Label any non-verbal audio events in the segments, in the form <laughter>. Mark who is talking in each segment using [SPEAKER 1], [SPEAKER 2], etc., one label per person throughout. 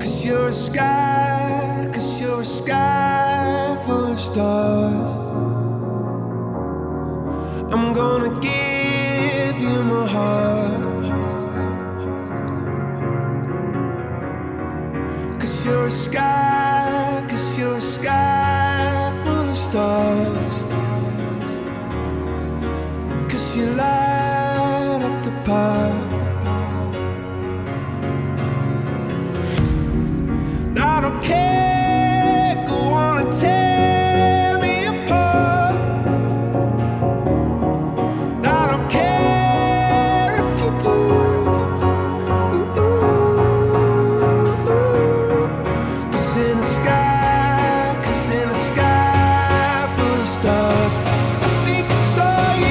[SPEAKER 1] Cause you're a sky, cause you're a sky full of stars. I'm gonna give you my heart. Cause you're a sky, cause you're a sky full of stars. Cause you light up the path. I don't care, go on and tear me apart. I don't care if you do. Cause in the sky, cause in the sky full of stars, I think I saw you.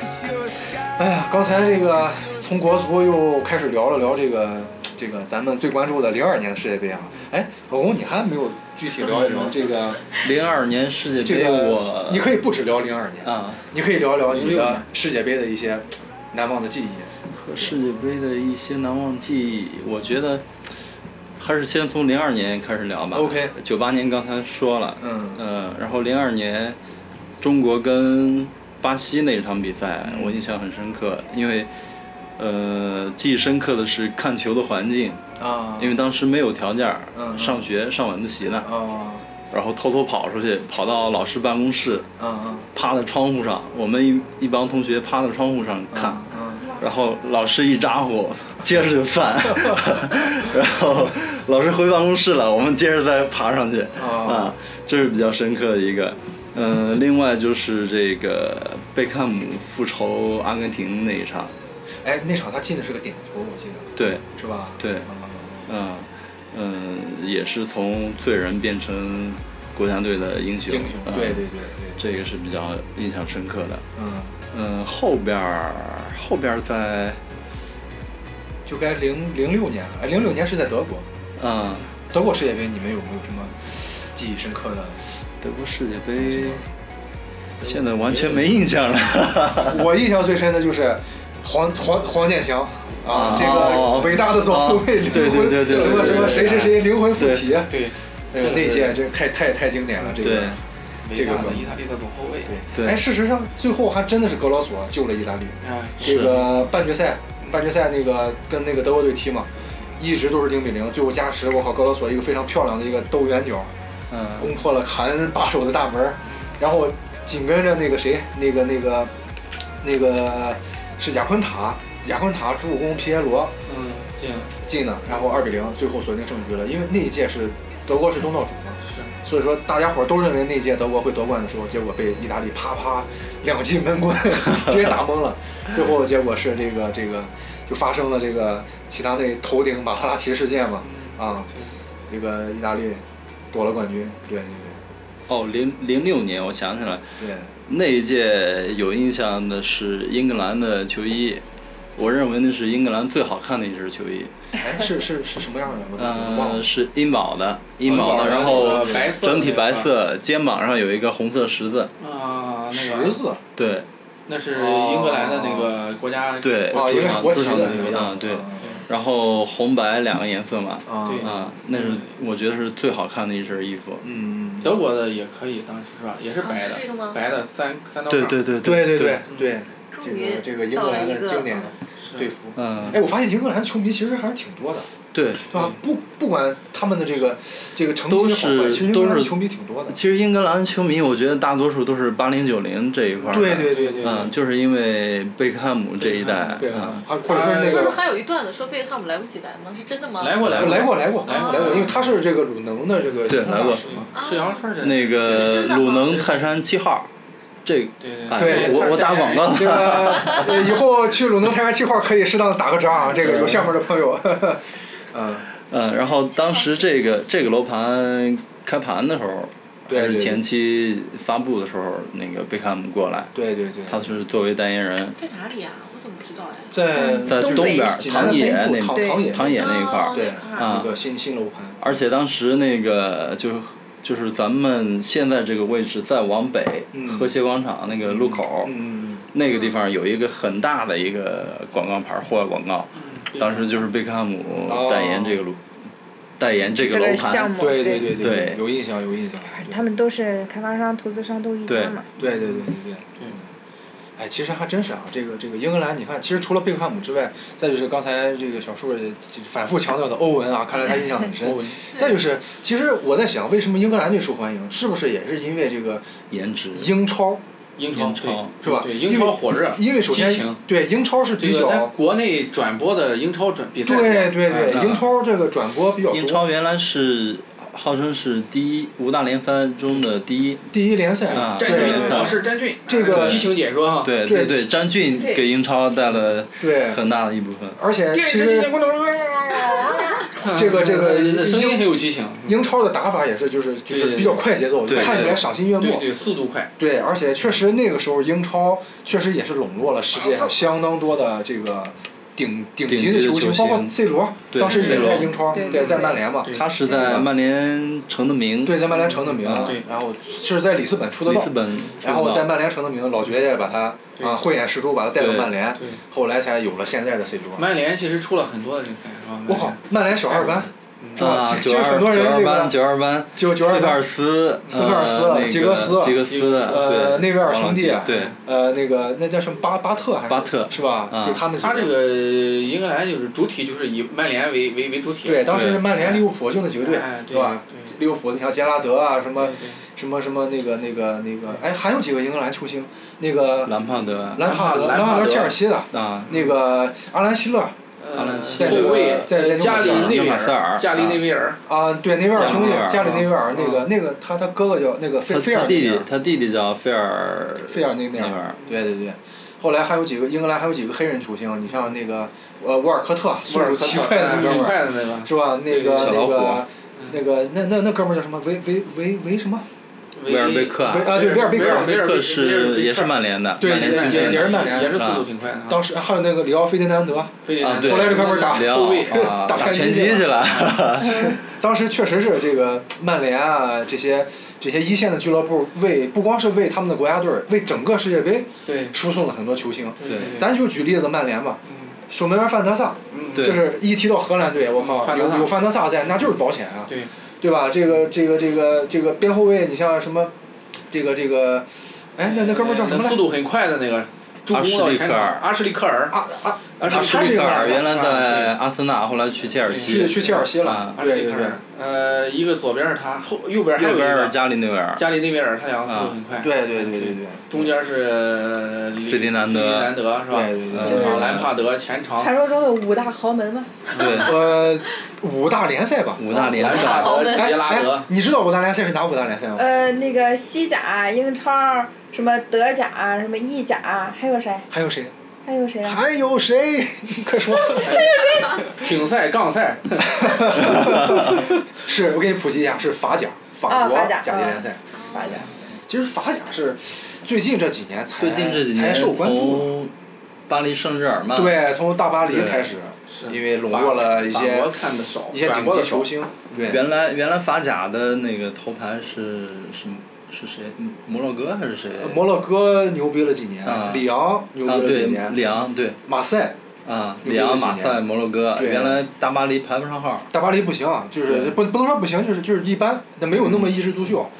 [SPEAKER 1] Cause you're a sky.
[SPEAKER 2] 哎呀，刚才这个从国足又开始聊了聊这个这个咱们最关注的零二年的世界杯啊。哎，老公，你还没有具体聊一聊这个
[SPEAKER 3] 零二年世界
[SPEAKER 2] 这
[SPEAKER 3] 杯
[SPEAKER 2] 个
[SPEAKER 3] 嗯我，
[SPEAKER 2] 你可以不只聊零二年，
[SPEAKER 3] 啊，
[SPEAKER 2] 你可以聊一聊你
[SPEAKER 3] 06
[SPEAKER 2] 的
[SPEAKER 3] 年
[SPEAKER 2] 世界杯的一些难忘的记忆。
[SPEAKER 3] 和世界杯的一些难忘记忆，我觉得还是先从零二年开始聊吧。
[SPEAKER 2] OK
[SPEAKER 3] 九八年刚才说了，
[SPEAKER 2] 嗯
[SPEAKER 3] 呃，然后零二年中国跟巴西那一场比赛，
[SPEAKER 2] 嗯
[SPEAKER 3] 我印象很深刻，因为呃，记忆深刻的是看球的环境，
[SPEAKER 2] 啊
[SPEAKER 3] 因为当时没有条件儿，
[SPEAKER 2] 嗯嗯
[SPEAKER 3] 上学上晚自习呢，
[SPEAKER 2] 啊
[SPEAKER 3] 然后偷偷跑出去，跑到老师办公室，
[SPEAKER 2] 啊啊
[SPEAKER 3] 趴在窗户上，我们一一帮同学趴在窗户上看。
[SPEAKER 2] 啊
[SPEAKER 3] 然后老师一咋呼，接着
[SPEAKER 2] <laughs>
[SPEAKER 3] 就散。然后老师回办公室了，我们接着再爬上去。
[SPEAKER 2] 哦
[SPEAKER 3] 啊，这是比较深刻的一个。嗯、另外就是这个贝克汉姆复仇阿根廷那一场，
[SPEAKER 2] 哎，那场他进的是个点球，我记得
[SPEAKER 3] 对，
[SPEAKER 2] 是吧？
[SPEAKER 3] 对
[SPEAKER 2] 啊
[SPEAKER 3] 嗯、嗯、也是从罪人变成国家队的英雄。
[SPEAKER 2] 英雄，
[SPEAKER 3] 啊
[SPEAKER 2] 对对对对，
[SPEAKER 3] 这个是比较印象深刻的。
[SPEAKER 2] 嗯，
[SPEAKER 3] 嗯、后边儿后边儿在，
[SPEAKER 2] 就该零零六年了，哎，零六年是在德国，
[SPEAKER 3] 嗯、
[SPEAKER 2] 德国世界杯你们有没有什么记忆深刻的？
[SPEAKER 3] 德国世界杯，现在完全没印象了。 <laughs>
[SPEAKER 2] 我印象最深的就是黄黄黄健翔啊
[SPEAKER 3] 啊，
[SPEAKER 2] 这个伟大的左后卫灵
[SPEAKER 3] 啊对
[SPEAKER 2] 魂，
[SPEAKER 3] 对对对
[SPEAKER 2] 什么
[SPEAKER 3] 对
[SPEAKER 2] 什
[SPEAKER 3] 对
[SPEAKER 2] 么谁谁谁灵魂附体，
[SPEAKER 4] 对，
[SPEAKER 2] 哎呦那届这太太太经典了，这个
[SPEAKER 3] 对
[SPEAKER 4] 伟大的意大利的总后卫，
[SPEAKER 3] 对啊
[SPEAKER 2] 哎，事实上最后还真的是格劳索救了意大利，
[SPEAKER 4] 哎，
[SPEAKER 2] 这
[SPEAKER 3] 是
[SPEAKER 2] 个半决赛半决赛那个跟那个德国队踢嘛。一直都是零比零，最后加时，我靠，格劳索一个非常漂亮的一个兜圆角，
[SPEAKER 3] 嗯，
[SPEAKER 2] 攻破了卡恩把守的大门儿，然后紧跟着那个谁，那个那个那个是雅昆塔，雅昆塔助攻皮耶罗
[SPEAKER 4] 嗯，这样
[SPEAKER 2] 进的，然后二比零最后锁定胜局了。因为那一届是德国是东道主嘛，
[SPEAKER 4] 是
[SPEAKER 2] 所以说大家伙儿都认为那一届德国会夺冠的时候，结果被意大利啪啪两记闷棍 <laughs> 直接打懵了。最后的结果是这个这个就发生了这个其他队头顶马特拉齐事件嘛，啊，这个意大利夺了冠军，对对
[SPEAKER 3] 哦，零零六年我想起来，
[SPEAKER 2] 对对。
[SPEAKER 3] 那一届有印象的是英格兰的球衣，我认为那是英格兰最好看的一身球衣，
[SPEAKER 2] 哎，是是是什么样的？我我忘
[SPEAKER 3] 呃，
[SPEAKER 2] 了。
[SPEAKER 3] 是茵宝的，茵宝
[SPEAKER 4] 宝
[SPEAKER 3] 的，
[SPEAKER 4] 的
[SPEAKER 3] 然
[SPEAKER 4] 那
[SPEAKER 3] 后
[SPEAKER 4] 个白色的
[SPEAKER 3] 整体
[SPEAKER 4] 那
[SPEAKER 3] 白
[SPEAKER 4] 个
[SPEAKER 3] 色，肩膀上有一个红色十字，
[SPEAKER 4] 啊，那个
[SPEAKER 2] 十字，
[SPEAKER 3] 对
[SPEAKER 4] 那是英格兰的那个国家
[SPEAKER 3] 对，
[SPEAKER 2] 哦
[SPEAKER 3] 主
[SPEAKER 2] 应该是
[SPEAKER 3] 场
[SPEAKER 2] 国
[SPEAKER 3] 主
[SPEAKER 2] 旗
[SPEAKER 3] 场
[SPEAKER 2] 的
[SPEAKER 3] 那
[SPEAKER 2] 那
[SPEAKER 3] 个
[SPEAKER 2] 个
[SPEAKER 3] 啊对
[SPEAKER 2] 嗯，
[SPEAKER 3] 然后红白两个颜色嘛，
[SPEAKER 2] 啊
[SPEAKER 4] 对
[SPEAKER 3] 啊，那是我觉得是最好看的一身衣服，
[SPEAKER 2] 嗯，
[SPEAKER 4] 德国的也可以，当时是吧？也是白的，
[SPEAKER 5] 啊是这个吗
[SPEAKER 4] 白的三三道杠。
[SPEAKER 3] 对对
[SPEAKER 2] 对
[SPEAKER 3] 对对
[SPEAKER 2] 对对
[SPEAKER 4] 对，
[SPEAKER 5] 终
[SPEAKER 2] 这
[SPEAKER 5] 于
[SPEAKER 2] 个这个英
[SPEAKER 5] 到
[SPEAKER 2] 格
[SPEAKER 5] 了
[SPEAKER 2] 兰
[SPEAKER 5] 一
[SPEAKER 2] 的
[SPEAKER 5] 个
[SPEAKER 2] 经典
[SPEAKER 4] 是
[SPEAKER 2] 队服。
[SPEAKER 3] 嗯
[SPEAKER 2] 哎，我发现英格兰球迷其实还是挺多的，
[SPEAKER 3] 对，
[SPEAKER 2] 对吧？不不管他们的这个这个成绩
[SPEAKER 3] 都
[SPEAKER 2] 好坏，
[SPEAKER 3] 是
[SPEAKER 2] 其实英格兰
[SPEAKER 3] 都
[SPEAKER 2] 的
[SPEAKER 3] 是
[SPEAKER 2] 球迷挺多的。
[SPEAKER 3] 其实英格兰球迷，我觉得大多数都是八零九零这一块儿的
[SPEAKER 2] 对对对对，
[SPEAKER 3] 嗯，就是因为贝克汉姆这一代，
[SPEAKER 2] 对啊
[SPEAKER 3] 嗯，
[SPEAKER 2] 还或者说那
[SPEAKER 5] 呃不是
[SPEAKER 2] 个
[SPEAKER 5] 还有一段子说贝克汉姆来过济南吗？是真的吗？
[SPEAKER 4] 来过来
[SPEAKER 2] 来过来过
[SPEAKER 4] 来
[SPEAKER 2] 来
[SPEAKER 5] 过
[SPEAKER 2] 过，因为他是这个鲁能的这个
[SPEAKER 3] 对来过
[SPEAKER 2] 是吗
[SPEAKER 4] 是杨顺的
[SPEAKER 3] 嗯那
[SPEAKER 5] 是
[SPEAKER 3] 个
[SPEAKER 5] 真的吗
[SPEAKER 3] 鲁能泰山七号，这
[SPEAKER 4] 对对
[SPEAKER 3] 哎
[SPEAKER 2] 对
[SPEAKER 3] 我我打广告
[SPEAKER 2] 这 <laughs> 个呃以后去鲁能太原七号可以适当打个折啊，这个有项目的朋友。嗯，
[SPEAKER 3] 嗯，然后当时这个这个楼盘开盘的时候，
[SPEAKER 2] 对 <laughs>
[SPEAKER 3] 还
[SPEAKER 2] 对
[SPEAKER 3] 是
[SPEAKER 2] 对
[SPEAKER 3] 前期发布的时候，那个贝克汉姆过来，
[SPEAKER 2] 对对对，
[SPEAKER 3] 他是作为代言人，
[SPEAKER 5] 在哪里啊？我怎么不知道呀？
[SPEAKER 2] 在
[SPEAKER 3] 在
[SPEAKER 2] 就是
[SPEAKER 3] 东边儿
[SPEAKER 2] 济南的
[SPEAKER 3] 唐
[SPEAKER 2] 北部
[SPEAKER 3] 冶那
[SPEAKER 2] 唐
[SPEAKER 3] 边
[SPEAKER 2] 唐冶
[SPEAKER 3] 唐冶那一块
[SPEAKER 5] 哦
[SPEAKER 3] 儿，
[SPEAKER 2] 对
[SPEAKER 5] 那块儿
[SPEAKER 2] 一
[SPEAKER 3] 啊
[SPEAKER 2] 个新新楼盘，
[SPEAKER 3] 而且当时那个就就是咱们现在这个位置再往北
[SPEAKER 2] 嗯，
[SPEAKER 3] 和谐广场那个路口，
[SPEAKER 2] 嗯，
[SPEAKER 3] 那个地方有一个很大的一个广告牌儿，户外广告，
[SPEAKER 2] 嗯
[SPEAKER 3] 当时就是贝克汉姆
[SPEAKER 2] 哦
[SPEAKER 3] 代言这个路，代言这个
[SPEAKER 6] 这个
[SPEAKER 3] 楼
[SPEAKER 6] 项
[SPEAKER 3] 盘，
[SPEAKER 6] 目，
[SPEAKER 2] 对对对
[SPEAKER 3] 对
[SPEAKER 2] 有印象有印象，对
[SPEAKER 6] 他们都是开发商、投资商都一
[SPEAKER 3] 对
[SPEAKER 6] 家嘛。
[SPEAKER 2] 对对对对对。
[SPEAKER 3] 嗯
[SPEAKER 2] 哎，其实还真是啊，这个这个英格兰，你看，其实除了贝克汉姆之外，再就是刚才这个小树也就是反复强调的欧文啊，看来他印象很深。
[SPEAKER 4] 欧文
[SPEAKER 2] 再就是，其实我在想，为什么英格兰最受欢迎？是不是也是因为这个
[SPEAKER 3] 颜值，
[SPEAKER 2] 英超？
[SPEAKER 4] 英超
[SPEAKER 3] 英超
[SPEAKER 4] 对
[SPEAKER 2] 是吧
[SPEAKER 4] 对，英超火热，
[SPEAKER 2] 因为首
[SPEAKER 4] 激
[SPEAKER 2] 先
[SPEAKER 4] 情
[SPEAKER 2] 对英超是
[SPEAKER 4] 这
[SPEAKER 2] 比
[SPEAKER 4] 个咱
[SPEAKER 2] 较，
[SPEAKER 4] 国内转播的英超转比赛
[SPEAKER 2] 对
[SPEAKER 4] 多，
[SPEAKER 2] 对对
[SPEAKER 4] 嗯
[SPEAKER 2] 英超这个转播比较
[SPEAKER 3] 英
[SPEAKER 2] 多，
[SPEAKER 3] 超原来是号称是第一五大联赛中的第一，
[SPEAKER 2] 第一联赛
[SPEAKER 3] 啊，
[SPEAKER 4] 詹
[SPEAKER 2] 对
[SPEAKER 4] 俊，老是詹俊，
[SPEAKER 2] 这个
[SPEAKER 4] 激情解说啊，
[SPEAKER 3] 对
[SPEAKER 2] 对
[SPEAKER 3] 对对，詹俊给英超带了
[SPEAKER 2] 对，
[SPEAKER 3] 很大的一部分。
[SPEAKER 2] 而且
[SPEAKER 4] 对，
[SPEAKER 2] 其
[SPEAKER 4] 这这
[SPEAKER 2] 实
[SPEAKER 4] 这
[SPEAKER 2] 这个这个
[SPEAKER 4] 声音
[SPEAKER 2] 英
[SPEAKER 4] 很有激情，
[SPEAKER 2] 英超的打法也是就是就是
[SPEAKER 4] 对
[SPEAKER 2] 比较快节奏，
[SPEAKER 3] 对
[SPEAKER 2] 看起来赏心悦目。
[SPEAKER 4] 对对，速度快，
[SPEAKER 2] 对，而且确实那个时候英超确实也是笼络了世界
[SPEAKER 6] 啊
[SPEAKER 2] 上相当多的这个顶顶
[SPEAKER 3] 顶
[SPEAKER 2] 级的
[SPEAKER 3] 级
[SPEAKER 2] 球
[SPEAKER 3] 的球
[SPEAKER 2] 星，包括
[SPEAKER 3] 星
[SPEAKER 2] C 罗，
[SPEAKER 3] 对
[SPEAKER 2] 当时也在
[SPEAKER 3] C 罗
[SPEAKER 2] 英超，
[SPEAKER 6] 对
[SPEAKER 2] 对，
[SPEAKER 6] 对
[SPEAKER 2] 在
[SPEAKER 6] 对
[SPEAKER 2] 曼联嘛，
[SPEAKER 4] 对
[SPEAKER 3] 他是在曼联成的名，
[SPEAKER 2] 对，在曼联成的名
[SPEAKER 3] 嗯，
[SPEAKER 4] 对
[SPEAKER 2] 然后是在里斯本出的
[SPEAKER 3] 里
[SPEAKER 2] 道
[SPEAKER 3] 斯，本出
[SPEAKER 2] 然后
[SPEAKER 3] 道
[SPEAKER 2] 在曼联成的名，老爵爷把他
[SPEAKER 4] 对
[SPEAKER 2] 啊慧眼识珠，把他带到
[SPEAKER 3] 对
[SPEAKER 2] 曼联
[SPEAKER 4] 对，
[SPEAKER 2] 后来才有了现在的 C 罗。
[SPEAKER 4] 曼联其实出了很多的人才，是吧？曼联
[SPEAKER 2] 我靠，曼联小二班，
[SPEAKER 4] 嗯
[SPEAKER 2] 是吧
[SPEAKER 3] 啊，
[SPEAKER 2] 其
[SPEAKER 3] 九
[SPEAKER 2] 实
[SPEAKER 3] 二
[SPEAKER 2] 很多
[SPEAKER 3] 九
[SPEAKER 2] 人
[SPEAKER 3] 二
[SPEAKER 2] 这
[SPEAKER 3] 班
[SPEAKER 2] 个
[SPEAKER 3] 九二班，
[SPEAKER 2] 就
[SPEAKER 3] 斯
[SPEAKER 2] 92
[SPEAKER 3] 科
[SPEAKER 2] 班
[SPEAKER 3] 尔斯，
[SPEAKER 2] 斯科尔斯
[SPEAKER 3] 呃那个
[SPEAKER 2] 吉格斯
[SPEAKER 3] 吉格
[SPEAKER 4] 吉格
[SPEAKER 3] 斯，
[SPEAKER 4] 斯啊
[SPEAKER 2] 呃
[SPEAKER 3] 对，
[SPEAKER 2] 内维尔兄弟
[SPEAKER 3] 忘了记对，
[SPEAKER 2] 呃，那个那叫什么巴巴特还是
[SPEAKER 3] 巴特
[SPEAKER 2] 是吧？
[SPEAKER 3] 啊
[SPEAKER 2] 就他们几
[SPEAKER 4] 他这个英格兰就是主体就是以曼联为为为主体，
[SPEAKER 2] 对，当时
[SPEAKER 3] 对
[SPEAKER 2] 曼联、利物浦就那几个队，
[SPEAKER 4] 哎
[SPEAKER 2] 是吧？利
[SPEAKER 4] 对
[SPEAKER 2] 物浦，你像杰拉德啊，什么
[SPEAKER 4] 对对
[SPEAKER 2] 什么什么那个那个那个，哎，还有几个英格兰球星，那个
[SPEAKER 3] 兰帕德
[SPEAKER 2] 兰帕德，
[SPEAKER 4] 兰
[SPEAKER 2] 兰
[SPEAKER 4] 帕
[SPEAKER 2] 帕德
[SPEAKER 4] 德
[SPEAKER 2] 切尔西的，
[SPEAKER 3] 啊，
[SPEAKER 2] 那个阿兰希勒
[SPEAKER 3] 阿
[SPEAKER 4] 呃
[SPEAKER 3] 兰西，
[SPEAKER 2] 在这个
[SPEAKER 4] 后卫
[SPEAKER 2] 在在
[SPEAKER 4] 加里内
[SPEAKER 3] 纽
[SPEAKER 4] 维
[SPEAKER 3] 马塞尔
[SPEAKER 4] 尔，加里内维尔，
[SPEAKER 2] 啊，对，内维尔兄弟
[SPEAKER 3] 加里内
[SPEAKER 2] 加里内
[SPEAKER 3] 维，尔
[SPEAKER 2] 维尔
[SPEAKER 4] 啊
[SPEAKER 2] 那个那个他他哥哥叫那个
[SPEAKER 3] 他
[SPEAKER 2] 菲菲尔
[SPEAKER 3] 他
[SPEAKER 2] 那
[SPEAKER 3] 弟
[SPEAKER 2] 边
[SPEAKER 3] 弟
[SPEAKER 2] 儿
[SPEAKER 3] 他弟弟叫菲尔
[SPEAKER 2] 菲尔那边
[SPEAKER 3] 那边
[SPEAKER 2] 儿
[SPEAKER 3] 儿，
[SPEAKER 2] 对对对。后来还有几个英格兰还有几个黑人球星，你像那个呃沃尔科特，速
[SPEAKER 4] 沃尔
[SPEAKER 2] 度
[SPEAKER 4] 科
[SPEAKER 2] 奇
[SPEAKER 4] 特，
[SPEAKER 2] 快的那哥
[SPEAKER 4] 很
[SPEAKER 2] 们儿，
[SPEAKER 4] 快的那个
[SPEAKER 2] 是吧？那个
[SPEAKER 4] 对
[SPEAKER 3] 小
[SPEAKER 2] 那
[SPEAKER 3] 老虎
[SPEAKER 2] 个那个那那那哥们儿叫什么？维维维维什么？
[SPEAKER 3] 威尔贝克，
[SPEAKER 2] 维啊对维尔贝克，
[SPEAKER 4] 维尔贝
[SPEAKER 3] 克
[SPEAKER 4] 克
[SPEAKER 3] 是也是曼联的，
[SPEAKER 2] 对
[SPEAKER 3] 曼联
[SPEAKER 2] 也也
[SPEAKER 3] 青训
[SPEAKER 2] 也是
[SPEAKER 3] 的
[SPEAKER 2] 曼联
[SPEAKER 4] 也是
[SPEAKER 3] 是
[SPEAKER 4] 速
[SPEAKER 3] 吧
[SPEAKER 4] 度挺快的啊。
[SPEAKER 2] 当时还有那个里奥费迪南德，
[SPEAKER 4] 费迪南
[SPEAKER 3] 啊对
[SPEAKER 4] 后
[SPEAKER 3] 后
[SPEAKER 4] 来
[SPEAKER 3] 来
[SPEAKER 4] 这
[SPEAKER 2] 这
[SPEAKER 4] 哥
[SPEAKER 2] 哥们
[SPEAKER 4] 们儿
[SPEAKER 2] 儿
[SPEAKER 4] 打
[SPEAKER 2] 打
[SPEAKER 3] 里
[SPEAKER 4] 后
[SPEAKER 3] 奥
[SPEAKER 4] 卫，
[SPEAKER 3] 啊，
[SPEAKER 2] <laughs> 打
[SPEAKER 3] 打
[SPEAKER 2] 拳
[SPEAKER 3] 拳
[SPEAKER 2] 击
[SPEAKER 3] 击去了，
[SPEAKER 2] 当时确实是这个曼联啊，这些这些一线的俱乐部为不光是为他们的国家队儿，为整个世界杯
[SPEAKER 4] <laughs> 对，
[SPEAKER 2] 输送了很多球星。
[SPEAKER 4] 对对
[SPEAKER 2] 咱就举例子曼联吧，守门员范德萨，
[SPEAKER 4] 嗯
[SPEAKER 3] 对
[SPEAKER 2] 就是一提到荷兰队，我靠，
[SPEAKER 4] 范德
[SPEAKER 2] 有
[SPEAKER 4] 萨
[SPEAKER 2] 有范德萨在，那就是保险啊，
[SPEAKER 4] 对，
[SPEAKER 2] 对吧？这个这个这个这个边后卫，你像什么，这个这个，哎，那那哥们儿叫什么来
[SPEAKER 4] 那呃速？度很快的那个，助攻到前场，阿什利科尔，
[SPEAKER 2] 啊啊，
[SPEAKER 4] 阿
[SPEAKER 3] <laughs>
[SPEAKER 4] 什
[SPEAKER 2] 他
[SPEAKER 4] 利
[SPEAKER 3] 施
[SPEAKER 2] 是
[SPEAKER 3] 利
[SPEAKER 2] 一个
[SPEAKER 3] 克尔
[SPEAKER 2] 人
[SPEAKER 3] 原来在
[SPEAKER 4] 对
[SPEAKER 3] 阿森纳，后来去切尔
[SPEAKER 2] 去
[SPEAKER 3] 西，
[SPEAKER 2] 去切尔西了
[SPEAKER 3] 啊，
[SPEAKER 4] 阿什
[SPEAKER 2] 对
[SPEAKER 4] 利
[SPEAKER 2] 对
[SPEAKER 4] 科
[SPEAKER 2] 对
[SPEAKER 4] 尔，呃，一个左边是他，后右边还有
[SPEAKER 3] 右
[SPEAKER 4] 一
[SPEAKER 3] 边
[SPEAKER 4] 个
[SPEAKER 3] 儿加里内维尔，
[SPEAKER 4] 加里内维尔，他两个速度很快，
[SPEAKER 2] 啊对对对对对，
[SPEAKER 4] 中间是里
[SPEAKER 3] 费迪南德
[SPEAKER 4] 费迪南德是吧？
[SPEAKER 2] 对对对
[SPEAKER 4] 中场兰帕德，前场
[SPEAKER 6] 传说中的五大豪门嘛，
[SPEAKER 3] 对，
[SPEAKER 2] 呃，五大联赛吧，
[SPEAKER 3] 五大联
[SPEAKER 4] 兰
[SPEAKER 3] 赛
[SPEAKER 4] 帕
[SPEAKER 5] 豪
[SPEAKER 4] 德、
[SPEAKER 5] 门
[SPEAKER 4] 杰拉
[SPEAKER 2] 哎
[SPEAKER 4] 德
[SPEAKER 2] 哎，你知道五大联赛是哪五大联赛吗？
[SPEAKER 6] 呃，那个西甲、英超、什么德甲、什么意甲，还有谁？
[SPEAKER 2] 还有谁？
[SPEAKER 6] 还有谁啊？
[SPEAKER 2] 还有谁？ <laughs> 快说！哎
[SPEAKER 4] <laughs> 挺赛、杠赛，
[SPEAKER 2] <laughs> 是我给你普及一下，是法甲，法
[SPEAKER 6] 啊
[SPEAKER 2] 国
[SPEAKER 6] 法甲嗯
[SPEAKER 2] 甲级联赛。
[SPEAKER 6] 法甲。
[SPEAKER 2] 其实法甲是最近这几年才
[SPEAKER 3] 最近这几
[SPEAKER 2] 才哎
[SPEAKER 3] 年
[SPEAKER 2] 受关注的。
[SPEAKER 3] 从巴黎圣日耳曼
[SPEAKER 2] 对，从大巴黎
[SPEAKER 3] 对
[SPEAKER 2] 开始，
[SPEAKER 4] 是
[SPEAKER 2] <laughs> 因为笼络了一
[SPEAKER 4] 法国
[SPEAKER 2] 些
[SPEAKER 4] 看的少，
[SPEAKER 2] 一些
[SPEAKER 4] 转
[SPEAKER 2] 顶
[SPEAKER 4] 播
[SPEAKER 2] 级
[SPEAKER 4] 的少
[SPEAKER 2] 球。星。对，
[SPEAKER 3] 原来原来法甲的那个头牌是什么？是谁？嗯摩洛哥还是谁？
[SPEAKER 2] 摩洛哥牛逼了几年
[SPEAKER 3] 啊，
[SPEAKER 2] 里昂牛逼
[SPEAKER 3] 呃啊，
[SPEAKER 2] 了
[SPEAKER 3] 对
[SPEAKER 2] 几，年，
[SPEAKER 3] 里昂对
[SPEAKER 2] 马赛、
[SPEAKER 3] 啊，
[SPEAKER 2] 牛
[SPEAKER 3] 里
[SPEAKER 2] 逼了
[SPEAKER 3] 昂、
[SPEAKER 2] 几
[SPEAKER 3] 马
[SPEAKER 2] 年
[SPEAKER 3] 赛、摩洛哥，
[SPEAKER 2] 对
[SPEAKER 3] 原来大巴黎排不上号。
[SPEAKER 2] 大巴黎不行，啊就是
[SPEAKER 3] 对嗯
[SPEAKER 2] 不不能说不行，就是就是一般，那没有那么一枝独秀。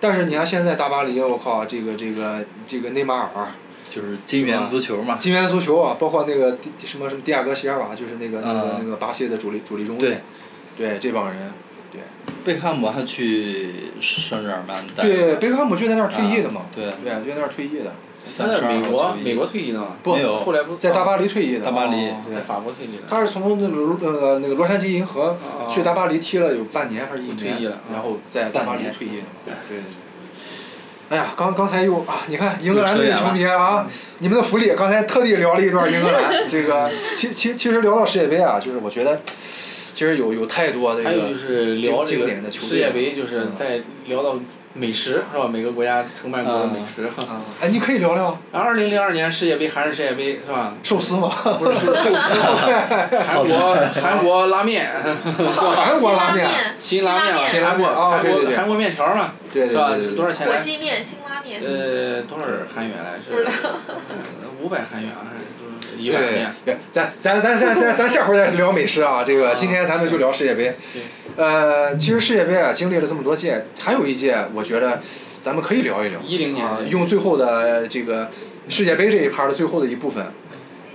[SPEAKER 2] 但是你看现在大巴黎，我靠，这个这个这个内马尔，
[SPEAKER 3] 就是金元足球嘛，
[SPEAKER 2] 金元足球啊，包括那个迪什么什么迪亚哥席尔瓦，就是那个那个
[SPEAKER 3] 啊
[SPEAKER 2] 那个巴西的主力主力中卫
[SPEAKER 3] 对，
[SPEAKER 2] 对这帮人，对
[SPEAKER 3] 贝克汉姆还去圣日耳曼待，
[SPEAKER 2] 对，贝克汉姆就在那儿退役的嘛
[SPEAKER 3] 啊，对
[SPEAKER 2] 对，就在那儿退役的，
[SPEAKER 4] 他
[SPEAKER 3] 三
[SPEAKER 4] 在
[SPEAKER 3] 十
[SPEAKER 4] 美国，
[SPEAKER 3] 二
[SPEAKER 4] 美国退役的嘛，
[SPEAKER 2] 不
[SPEAKER 3] 没有
[SPEAKER 4] 后来不
[SPEAKER 2] 在大巴黎退役的，
[SPEAKER 3] 啊大巴黎
[SPEAKER 4] 哦在法国退役的，
[SPEAKER 2] 他是从那个那个那个洛杉矶银河
[SPEAKER 4] 哦
[SPEAKER 2] 去大巴黎踢了有半年还是一
[SPEAKER 4] 退
[SPEAKER 2] 年
[SPEAKER 4] 役了啊，嗯
[SPEAKER 2] 然后在大巴黎
[SPEAKER 3] 半年
[SPEAKER 2] 退役的嘛，对对对。哎呀，刚刚才又啊，你看英格兰队的球迷啊，你们的福利，刚才特地聊了一段英格兰。这个其其其实聊到世界杯啊，就是我觉得其实有有太多这个
[SPEAKER 4] 还有就是聊
[SPEAKER 2] 经
[SPEAKER 4] 这
[SPEAKER 2] 经
[SPEAKER 4] 个
[SPEAKER 2] 典的球
[SPEAKER 4] 世
[SPEAKER 2] 队啊
[SPEAKER 4] 界
[SPEAKER 2] 了
[SPEAKER 4] 杯，就是在聊到美食是吧？每个国家承办国的美食。
[SPEAKER 2] 啊，哎，你可以聊聊
[SPEAKER 4] 二零零二年世界杯韩式世界杯是吧？
[SPEAKER 2] 寿司吗？<laughs>
[SPEAKER 4] 不是韩国韩国拉
[SPEAKER 5] <laughs>
[SPEAKER 4] 面，
[SPEAKER 2] 韩国拉面，
[SPEAKER 5] 哦面，
[SPEAKER 4] 辛拉面嘛，
[SPEAKER 5] 辛
[SPEAKER 2] 拉
[SPEAKER 4] 韩国
[SPEAKER 2] 面啊
[SPEAKER 4] 韩
[SPEAKER 2] 对对
[SPEAKER 4] 国
[SPEAKER 2] 对
[SPEAKER 4] 韩国面条嘛，
[SPEAKER 2] 对对
[SPEAKER 4] 是吧？
[SPEAKER 2] 对
[SPEAKER 4] 是
[SPEAKER 2] 对
[SPEAKER 4] 多
[SPEAKER 2] 对
[SPEAKER 4] 少钱
[SPEAKER 5] 火
[SPEAKER 4] 来？
[SPEAKER 5] 鸡面、辛拉面，
[SPEAKER 4] 呃，多少韩元来？
[SPEAKER 5] 不知
[SPEAKER 4] 是
[SPEAKER 5] 道
[SPEAKER 4] 五百韩元啊还是一
[SPEAKER 2] 对
[SPEAKER 4] 百
[SPEAKER 2] 对
[SPEAKER 4] 韩
[SPEAKER 2] 对
[SPEAKER 4] 元？
[SPEAKER 2] 对，咱咱咱咱咱咱下回再聊美食啊，这个
[SPEAKER 4] 啊
[SPEAKER 2] 今天咱们就聊世界杯。
[SPEAKER 4] 对，
[SPEAKER 2] 呃，其实世界杯啊，经历了这么多届，还有一届，我觉得咱们可以聊一聊。
[SPEAKER 4] 10年
[SPEAKER 2] 啊
[SPEAKER 4] 世界杯
[SPEAKER 2] 用最后的这个世界杯这一趴的最后的一部分，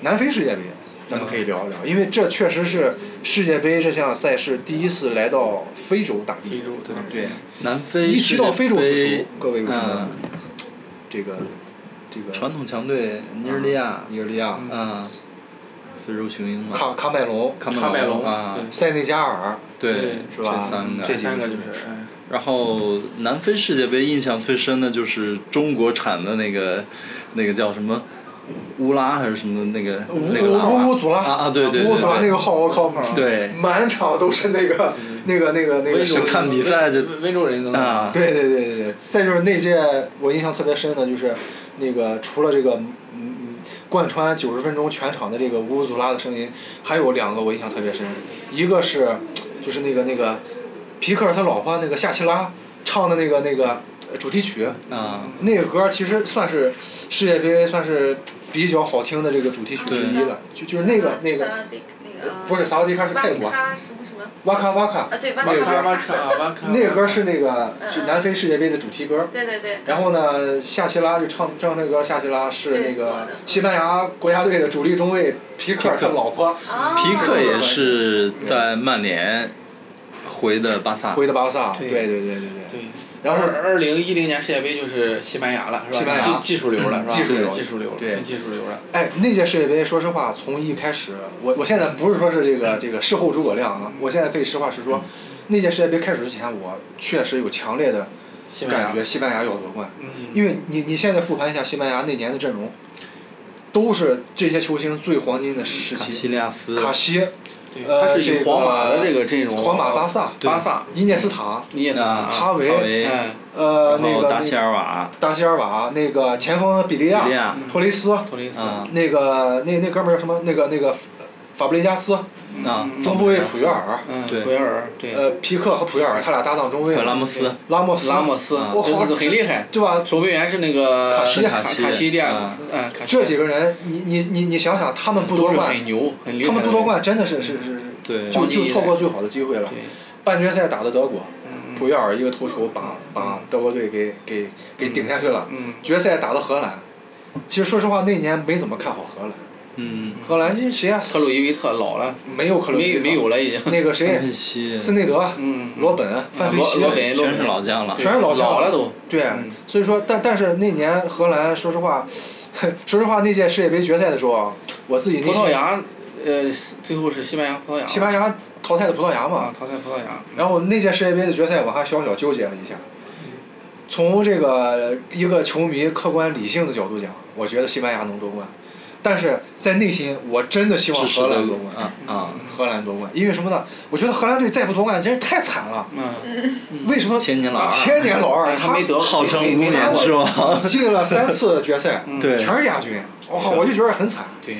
[SPEAKER 2] 南非世界杯，咱们可
[SPEAKER 4] 嗯
[SPEAKER 2] 以聊一聊，因为这确实是世界杯这项赛事第一次来到非洲大
[SPEAKER 4] 非
[SPEAKER 2] 地。
[SPEAKER 4] 洲对吧？
[SPEAKER 2] 对，
[SPEAKER 3] 南非
[SPEAKER 2] 一提到
[SPEAKER 3] 世界
[SPEAKER 2] 非洲足球
[SPEAKER 3] 杯，
[SPEAKER 2] 各位有什么
[SPEAKER 3] 嗯，
[SPEAKER 2] 这个这个
[SPEAKER 3] 传统强队尼日利亚，
[SPEAKER 2] 尼日利亚、
[SPEAKER 4] 嗯
[SPEAKER 3] 啊，非洲雄鹰嘛，
[SPEAKER 2] 喀喀麦隆、
[SPEAKER 4] 喀麦隆
[SPEAKER 3] 啊，
[SPEAKER 2] 塞内加尔，
[SPEAKER 3] 对，
[SPEAKER 2] 是吧
[SPEAKER 3] 这三个，
[SPEAKER 4] 这三个就是，哎
[SPEAKER 3] 然后南非世界杯印象最深的就是中国产的那个，那个叫什么乌拉还是什么那个
[SPEAKER 2] 乌
[SPEAKER 3] 那个拉
[SPEAKER 2] 嗯乌乌祖拉
[SPEAKER 3] 啊啊对对对
[SPEAKER 2] 乌祖拉那
[SPEAKER 3] 对，
[SPEAKER 2] 个号，我靠，
[SPEAKER 3] 对嗯
[SPEAKER 2] 满场都是那个那个那个那个
[SPEAKER 4] 温
[SPEAKER 2] 什
[SPEAKER 4] 州
[SPEAKER 2] 么。
[SPEAKER 3] 看比赛就
[SPEAKER 4] 哎温温州人都能
[SPEAKER 3] 啊
[SPEAKER 2] 对对对对对，再就是那届我印象特别深的就是那个除了这个嗯嗯贯穿九十分钟全场的这个乌祖拉的声音，还有两个我印象特别深，一个是就是那个那个皮克尔他老婆那个夏奇拉唱的那个那个呃主题曲，
[SPEAKER 3] 啊，
[SPEAKER 2] 那个歌其实算是世界杯算是比较好听的这个主题曲之一了，就就是那个那个
[SPEAKER 5] 呃那个
[SPEAKER 2] 不是萨瓦迪卡是泰国
[SPEAKER 5] 瓦，卡什么什么
[SPEAKER 2] 哇咔哇咔
[SPEAKER 5] 啊？，啊对，瓦
[SPEAKER 2] 那个
[SPEAKER 4] 卡
[SPEAKER 5] 卡
[SPEAKER 4] 瓦
[SPEAKER 5] 瓦
[SPEAKER 4] 卡
[SPEAKER 5] 卡，
[SPEAKER 4] 瓦卡，
[SPEAKER 2] 那个歌是那个
[SPEAKER 5] 嗯
[SPEAKER 2] 是南非世界杯的主题歌。
[SPEAKER 5] 对对对，
[SPEAKER 2] 然后呢，夏奇拉就唱唱这歌，夏奇拉是那个西班牙国家队的主力中卫皮克尔他老婆
[SPEAKER 5] 哦
[SPEAKER 3] 皮克也是在曼联回的巴萨，
[SPEAKER 2] 回的巴萨，对
[SPEAKER 4] 对
[SPEAKER 2] 对对对对。
[SPEAKER 4] 对。
[SPEAKER 2] 然后
[SPEAKER 4] 二零一零年世界杯就是西班牙了，是吧？
[SPEAKER 2] 西班牙
[SPEAKER 4] 技技术流了，是吧？
[SPEAKER 2] 技术流
[SPEAKER 4] 技术流，
[SPEAKER 2] 对
[SPEAKER 4] 纯技术流了。
[SPEAKER 2] 哎，那届世界杯，说实话，从一开始，我我现在不是说是这个这个事后诸葛亮啊，我现在可以实话实
[SPEAKER 4] 嗯
[SPEAKER 2] 说，那届世界杯开始之前，我确实有强烈的
[SPEAKER 4] 西班
[SPEAKER 2] 感
[SPEAKER 4] 牙
[SPEAKER 2] 觉，西班牙要夺冠，
[SPEAKER 4] 嗯，
[SPEAKER 2] 因为你你现在复盘一下西班牙那年的阵容，都是这些球星最黄金的时
[SPEAKER 3] 卡西
[SPEAKER 2] 期，
[SPEAKER 3] 利亚斯，
[SPEAKER 2] 卡西，
[SPEAKER 4] 对，
[SPEAKER 2] 呃
[SPEAKER 4] 他是以皇马的这个阵容，啊
[SPEAKER 2] 皇马、巴萨、
[SPEAKER 3] 对
[SPEAKER 4] 巴萨、
[SPEAKER 2] 伊涅斯塔、
[SPEAKER 4] 你也
[SPEAKER 3] 啊
[SPEAKER 2] 哈维
[SPEAKER 3] 哈维，
[SPEAKER 4] 哎，
[SPEAKER 2] 呃
[SPEAKER 3] 然
[SPEAKER 2] 那
[SPEAKER 3] 后
[SPEAKER 2] 个
[SPEAKER 3] 达西尔瓦，
[SPEAKER 2] 达希尔瓦，啊那个前锋比利亚、
[SPEAKER 3] 比利亚
[SPEAKER 2] 托雷斯，
[SPEAKER 4] 托雷斯，
[SPEAKER 3] 啊
[SPEAKER 2] 那个那那哥们儿叫什么？那个那个法布雷加斯，
[SPEAKER 3] 啊，
[SPEAKER 2] 中后卫普约尔。
[SPEAKER 4] 嗯，
[SPEAKER 3] 对
[SPEAKER 4] 维尔，对，
[SPEAKER 2] 呃，皮克和普约尔他俩搭档中卫
[SPEAKER 3] 和
[SPEAKER 2] 嘛，
[SPEAKER 3] 拉莫斯，
[SPEAKER 2] 拉莫斯，
[SPEAKER 4] 拉莫斯，
[SPEAKER 3] 啊
[SPEAKER 2] 我靠
[SPEAKER 4] 这个很厉害。
[SPEAKER 2] 对吧？
[SPEAKER 4] 守门员是那
[SPEAKER 2] 呃
[SPEAKER 4] 个
[SPEAKER 2] 卡西
[SPEAKER 3] 卡西
[SPEAKER 4] 卡西利亚
[SPEAKER 3] 啊
[SPEAKER 4] 斯，嗯，卡西
[SPEAKER 2] 这几个人，你你你你想想，他们不
[SPEAKER 4] 都
[SPEAKER 2] 夺
[SPEAKER 4] 是
[SPEAKER 2] 冠，
[SPEAKER 4] 很牛，很厉害。
[SPEAKER 2] 他们不夺，冠真的是是是是，
[SPEAKER 3] 对
[SPEAKER 2] 就
[SPEAKER 4] 黄金
[SPEAKER 2] 就
[SPEAKER 4] 一代
[SPEAKER 2] 错过最好的机会了。
[SPEAKER 4] 对，
[SPEAKER 2] 半决赛打的德国，
[SPEAKER 4] 嗯
[SPEAKER 2] 普约尔一个头球把把德国队给给给顶下去了。
[SPEAKER 4] 嗯，
[SPEAKER 2] 决赛打的荷兰，其实说实话，那年没怎么看好荷兰。
[SPEAKER 3] 嗯，
[SPEAKER 2] 荷兰这谁呀？
[SPEAKER 4] 特鲁伊维特老了，
[SPEAKER 2] 没有克鲁伊
[SPEAKER 4] 没
[SPEAKER 2] 维特
[SPEAKER 4] 没有了已经。
[SPEAKER 2] 那
[SPEAKER 3] <laughs>
[SPEAKER 2] 个
[SPEAKER 3] 范佩
[SPEAKER 2] 谁，
[SPEAKER 3] 西，
[SPEAKER 2] 森内德、
[SPEAKER 4] 嗯，
[SPEAKER 2] 罗本、范佩
[SPEAKER 4] 罗
[SPEAKER 2] 西
[SPEAKER 4] 罗，本
[SPEAKER 3] 全是老将了，
[SPEAKER 2] 全是老将
[SPEAKER 4] 老了都。
[SPEAKER 2] 对，
[SPEAKER 4] 嗯
[SPEAKER 2] 所以说，但但是那年荷兰，说实话， <laughs> 说实话，那届世界杯决赛的时候，啊我自己内
[SPEAKER 4] 葡
[SPEAKER 2] 心
[SPEAKER 4] 萄牙，呃，最后是西班牙，葡萄牙。
[SPEAKER 2] 西班牙淘汰的葡萄牙嘛
[SPEAKER 4] 啊，，淘汰葡萄牙。
[SPEAKER 2] 然后那届世界杯的决赛，我还小小纠结了一下。从这个一个球迷客观理性的角度讲，我觉得西班牙能夺冠，但是在内心，我真的希望
[SPEAKER 3] 支持
[SPEAKER 2] 荷兰
[SPEAKER 3] 德
[SPEAKER 2] 夺
[SPEAKER 3] 国
[SPEAKER 2] 冠。
[SPEAKER 3] 啊啊，
[SPEAKER 2] 荷兰夺冠，因为什么呢？我觉得荷兰队再不夺冠真是太惨了。
[SPEAKER 4] 嗯，
[SPEAKER 2] 为什么
[SPEAKER 3] 千年老二
[SPEAKER 2] 千年老二，
[SPEAKER 4] 但是
[SPEAKER 2] 他
[SPEAKER 4] 没得，
[SPEAKER 3] 号称
[SPEAKER 4] 没
[SPEAKER 3] 无
[SPEAKER 4] 没拿
[SPEAKER 3] 冕
[SPEAKER 4] 过
[SPEAKER 3] 之王，
[SPEAKER 2] 进了三次决赛，
[SPEAKER 3] 对
[SPEAKER 2] 全是亚军。我靠，我就觉得很惨，
[SPEAKER 4] 对，